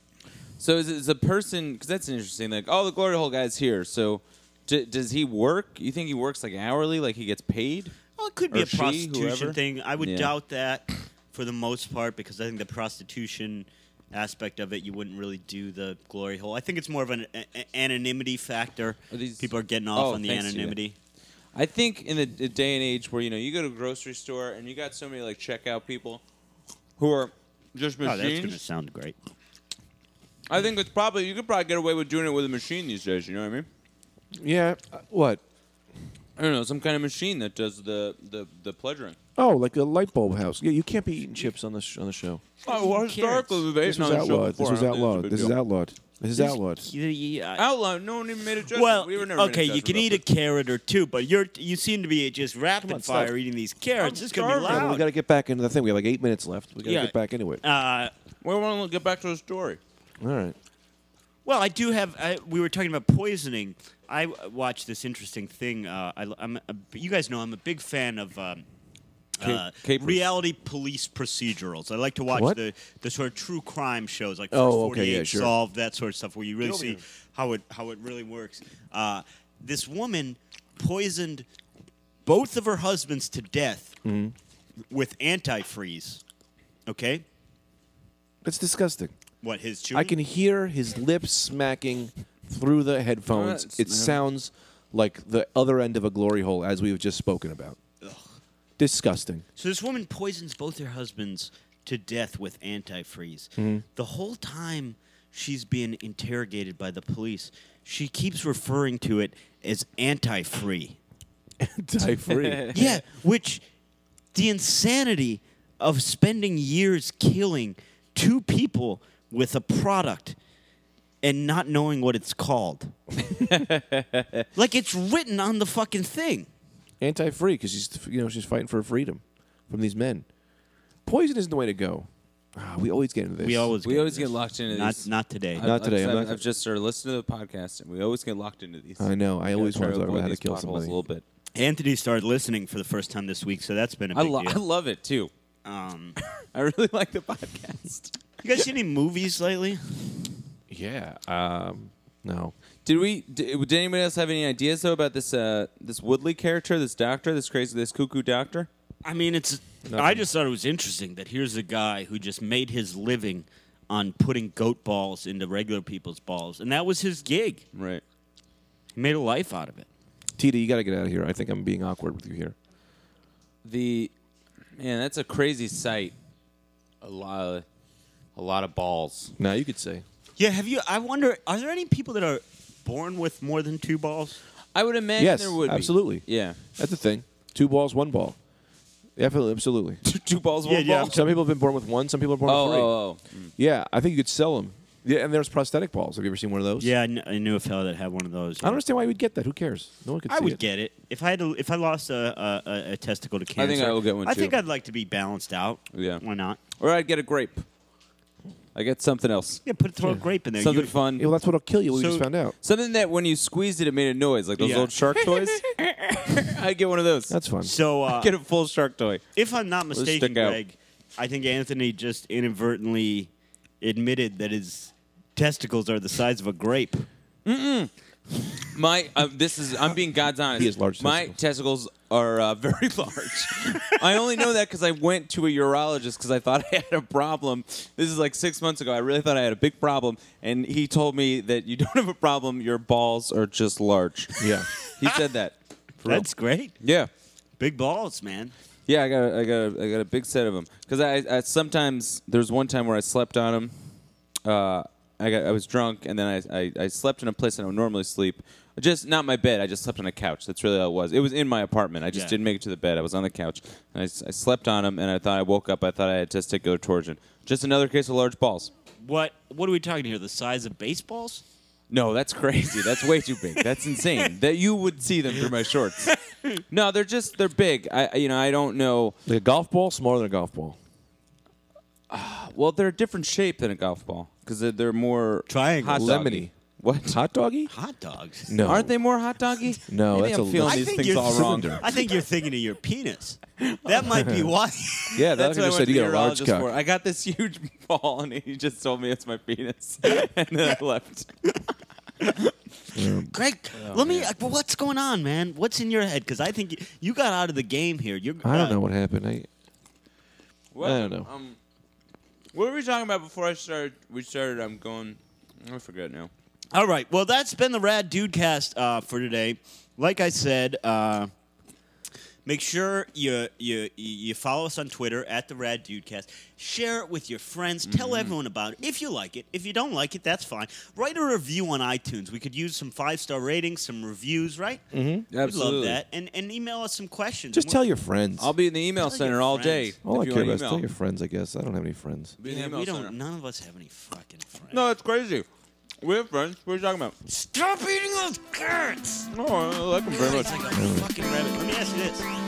S2: So is, is the person? Because that's interesting. Like, oh, the glory hole guy's here. So, d- does he work? You think he works like hourly? Like he gets paid?
S3: Well, it could be
S2: Or
S3: a
S2: she,
S3: prostitution
S2: whoever.
S3: thing. I would
S2: Yeah.
S3: doubt that for the most part because I think the prostitution aspect of it, you wouldn't really do the glory hole. I think it's more of an a- a- anonymity factor.
S2: Are these-
S3: People are getting off
S2: Oh,
S3: on the
S2: thanks to you.
S3: anonymity.
S2: I think in the d- day and age where you know you go to a grocery store and you got so many like checkout people who are just
S3: Oh, that's
S2: machines.
S3: going to sound great.
S2: I think it's probably you could probably get away with doing it with a machine these days. You know what I mean?
S1: Yeah. uh, What?
S2: I don't know, some kind of machine that does the the the pleasuring.
S1: Oh, like a light bulb house. Yeah, you can't be eating chips on the sh- on the show.
S2: Oh, well, historically, we've
S1: This
S2: eaten
S1: was
S2: on the show
S1: outlawed. This
S2: before.
S1: was
S2: I don't think it's a
S1: outlawed.
S2: big
S1: This is
S2: deal.
S1: outlawed. This is outlawed.
S2: Outlawed. No one even made a judgment.
S3: Well,
S2: Uh, we were never
S3: okay,
S2: made a
S3: you can
S2: judgment
S3: eat a
S2: about
S3: carrot or two, but you're you seem to be just rapid
S1: on,
S3: fire
S1: stop.
S3: eating these carrots.
S2: I'm
S3: This is going to be
S2: starving.
S1: Yeah,
S3: loud.
S1: we got to get back into the thing. We have like eight minutes left. We got to
S3: Yeah.
S1: get back into it.
S3: uh,
S2: this. We want to get back to the story.
S1: All right.
S3: Well, I do have. I, we were talking about poisoning. I w- watched this interesting thing. Uh, I, am a, you guys know I'm a big fan of um, uh,
S2: capers.
S3: reality police procedurals. I like to watch
S1: What?
S3: the, the sort of true crime shows, like First
S1: Oh,
S3: 48
S1: okay, yeah, sure.
S3: Solved, that sort of stuff, where you really
S1: over
S3: see
S1: here.
S3: how it how it really works. Uh, this woman poisoned both of her husbands to death
S1: Mm-hmm.
S3: with antifreeze. Okay,
S1: That's disgusting.
S3: what his children?
S1: I can hear his lips smacking through the headphones.
S2: That's-
S1: it sounds like the other end of a glory hole, as we've just spoken about. Disgusting.
S3: So this woman poisons both her husbands to death with antifreeze.
S2: Mm-hmm.
S3: The whole time she's being interrogated by the police, she keeps referring to it as
S2: [laughs]
S3: anti-free.
S1: Die free.
S3: yeah, which the insanity of spending years killing two people with a product and not knowing what
S2: [laughs]
S3: it's called. like it's written on the fucking thing.
S1: Anti-free because she's you know she's fighting for her freedom from these men. Poison isn't the way to go. Ah, we always get into this.
S3: We always
S2: We
S3: get
S2: always
S3: this.
S2: get locked into
S3: not
S2: these.
S3: not today.
S2: I've-
S1: Not today,
S2: I've,
S1: I'm not
S2: I've
S1: gonna-
S2: just started listening to the podcast, and we always get locked into these.
S1: I know. I
S2: Gotta
S1: always
S2: try
S1: want to learn
S2: avoid
S1: how to
S2: these
S1: kill
S2: potholes
S1: somebody.
S2: a little bit.
S3: Anthony started listening for the first time this week, so that's been a
S2: I,
S3: big
S2: lo- I
S3: deal.
S2: love it too. [laughs]
S3: Um,
S2: I really like the podcast.
S3: you guys see any movies lately?
S1: Yeah. Um, no.
S2: Did we? Did, did anybody else have any ideas though about this uh, this Woodley character, this doctor, this crazy, this cuckoo doctor?
S3: I mean, it's. I just thought it was interesting that here's a guy who just made his living on putting goat balls into regular people's balls, and that was his gig.
S2: Right.
S3: He made a life out of it.
S1: Tita, you got to get out of here. I think I'm being awkward with you here.
S2: The man, that's a crazy sight. A lot, of, a lot of balls.
S1: Now you could say.
S3: Yeah, have you? I wonder, are there any people that are born with more than two balls?
S2: I would imagine
S1: Yes,
S2: there would
S1: absolutely.
S2: be. Yeah.
S1: That's the thing. Two balls, one ball. Definitely, absolutely.
S2: [laughs] Two, two balls, one
S3: Yeah, yeah.
S2: ball.
S1: Some people have been born with one. Some people are born
S2: Oh,
S1: with three.
S2: oh, oh. Mm.
S1: Yeah, I think you could sell them. Yeah, and there's prosthetic balls. Have you ever seen one of those?
S3: Yeah, I, kn- I knew a fellow that had one of those.
S1: I don't understand why you would get that. Who cares? No one could.
S3: I
S1: see
S3: would
S1: it.
S3: get it if I had to, if I lost a, a, a- a testicle to cancer.
S2: think I will get one,
S3: I
S2: too.
S3: think I'd like to be balanced out.
S2: Yeah.
S3: why not?
S2: oh. Or I'd get a grape. I get something else.
S3: Yeah, put throw a grape in there.
S2: Something
S3: You-
S2: fun.
S1: Yeah, well, that's what'll kill you. We
S3: So-
S1: just found out.
S2: Something that when you squeezed it, it made a noise like those
S3: Yeah.
S2: old
S3: [laughs]
S2: shark toys. [laughs] I get one of those.
S1: That's fun.
S3: So uh,
S2: get a full shark toy.
S3: if I'm not mistaken,
S2: stick out.
S3: Greg, I think Anthony just inadvertently admitted that his testicles are the size of a grape.
S2: My uh, this is I'm being God's honest.
S1: He has large
S2: My testicles are uh, [laughs] very large. I only know that because I went to a urologist because I thought I had a problem. This is like six months ago. I really thought I had a big problem, and he told me that you don't have a problem. Your balls are just large.
S1: yeah.
S2: He said that. For real.
S3: That's great.
S2: yeah.
S3: Big balls, man.
S2: Yeah, I got a, I got a, I got a big set of them because I, I sometimes there's one time where I slept on them. Uh, I got I was drunk and then I, I, I slept in a place that I would normally sleep, just not my bed. I just slept on a couch. That's really how it was. It was in my apartment. I just
S3: Yeah.
S2: didn't make it to the bed. I was on the couch and I, s- I slept on them and I thought I woke up. I thought I had testicular torsion. Just another case of large balls.
S3: What what are we talking here? The size of baseballs?
S2: No, that's crazy. That's way too big. That's insane. That you would see them through my shorts. No, they're just they're big. I you know I don't know.
S1: Like a golf ball, smaller than a golf ball.
S2: Well, they're a different shape than a golf ball because they're, they're more
S3: Triangle.
S2: hot doggy.
S1: Lemony.
S2: What?
S1: Hot doggy?
S3: Hot dogs.
S1: No.
S2: Aren't they more hot doggy?
S1: No,
S2: Maybe
S1: that's
S2: I'm
S1: a
S2: feeling
S1: lemon.
S2: these things all wrong.
S1: cylinder.
S3: I think you're thinking of your penis. That might be why. [laughs]
S1: Yeah, that doctor
S2: That's what I
S1: just
S2: went
S1: said
S2: to
S1: you
S2: the
S1: got a large
S2: urologist
S1: cock.
S2: for. I got this huge [laughs] ball, and he just told me it's my penis, [laughs] and then I left.
S3: Greg, let me. uh, what's going on, man? What's in your head? Because I think you, you got out of the game here. You're,
S1: I don't
S3: uh,
S1: know what happened. I, I don't know.
S2: Um, what were we talking about before I started? We started. I'm going. I forget now.
S3: All right. Well, that's been the Rad Dude Cast uh, for today. Like I said, uh, make sure you you you follow us on Twitter at the Rad Dude Cast. Share it with your friends. Tell everyone about it. If you like it, if you don't like it, that's fine. Write a review on iTunes. We could use some five star ratings, some reviews, right? Mm-hmm. We'd love
S2: Absolutely.
S3: that. And and email us some questions.
S1: Just
S3: And
S1: tell your friends.
S2: I'll be in the email
S3: Tell
S2: center
S3: your
S2: all day.
S3: friends.
S1: All I
S2: if you
S1: care
S2: want
S1: about is
S2: email.
S1: tell your friends, I guess. I don't have any friends.
S2: Be in the
S3: Yeah,
S2: email
S3: we don't.
S2: center.
S3: None of us have any fucking friends.
S2: No, it's crazy. We have friends. What are you talking about?
S3: Stop eating those carrots.
S2: Oh, I like them very much.
S3: It's like a fucking rabbit. Let me ask you this.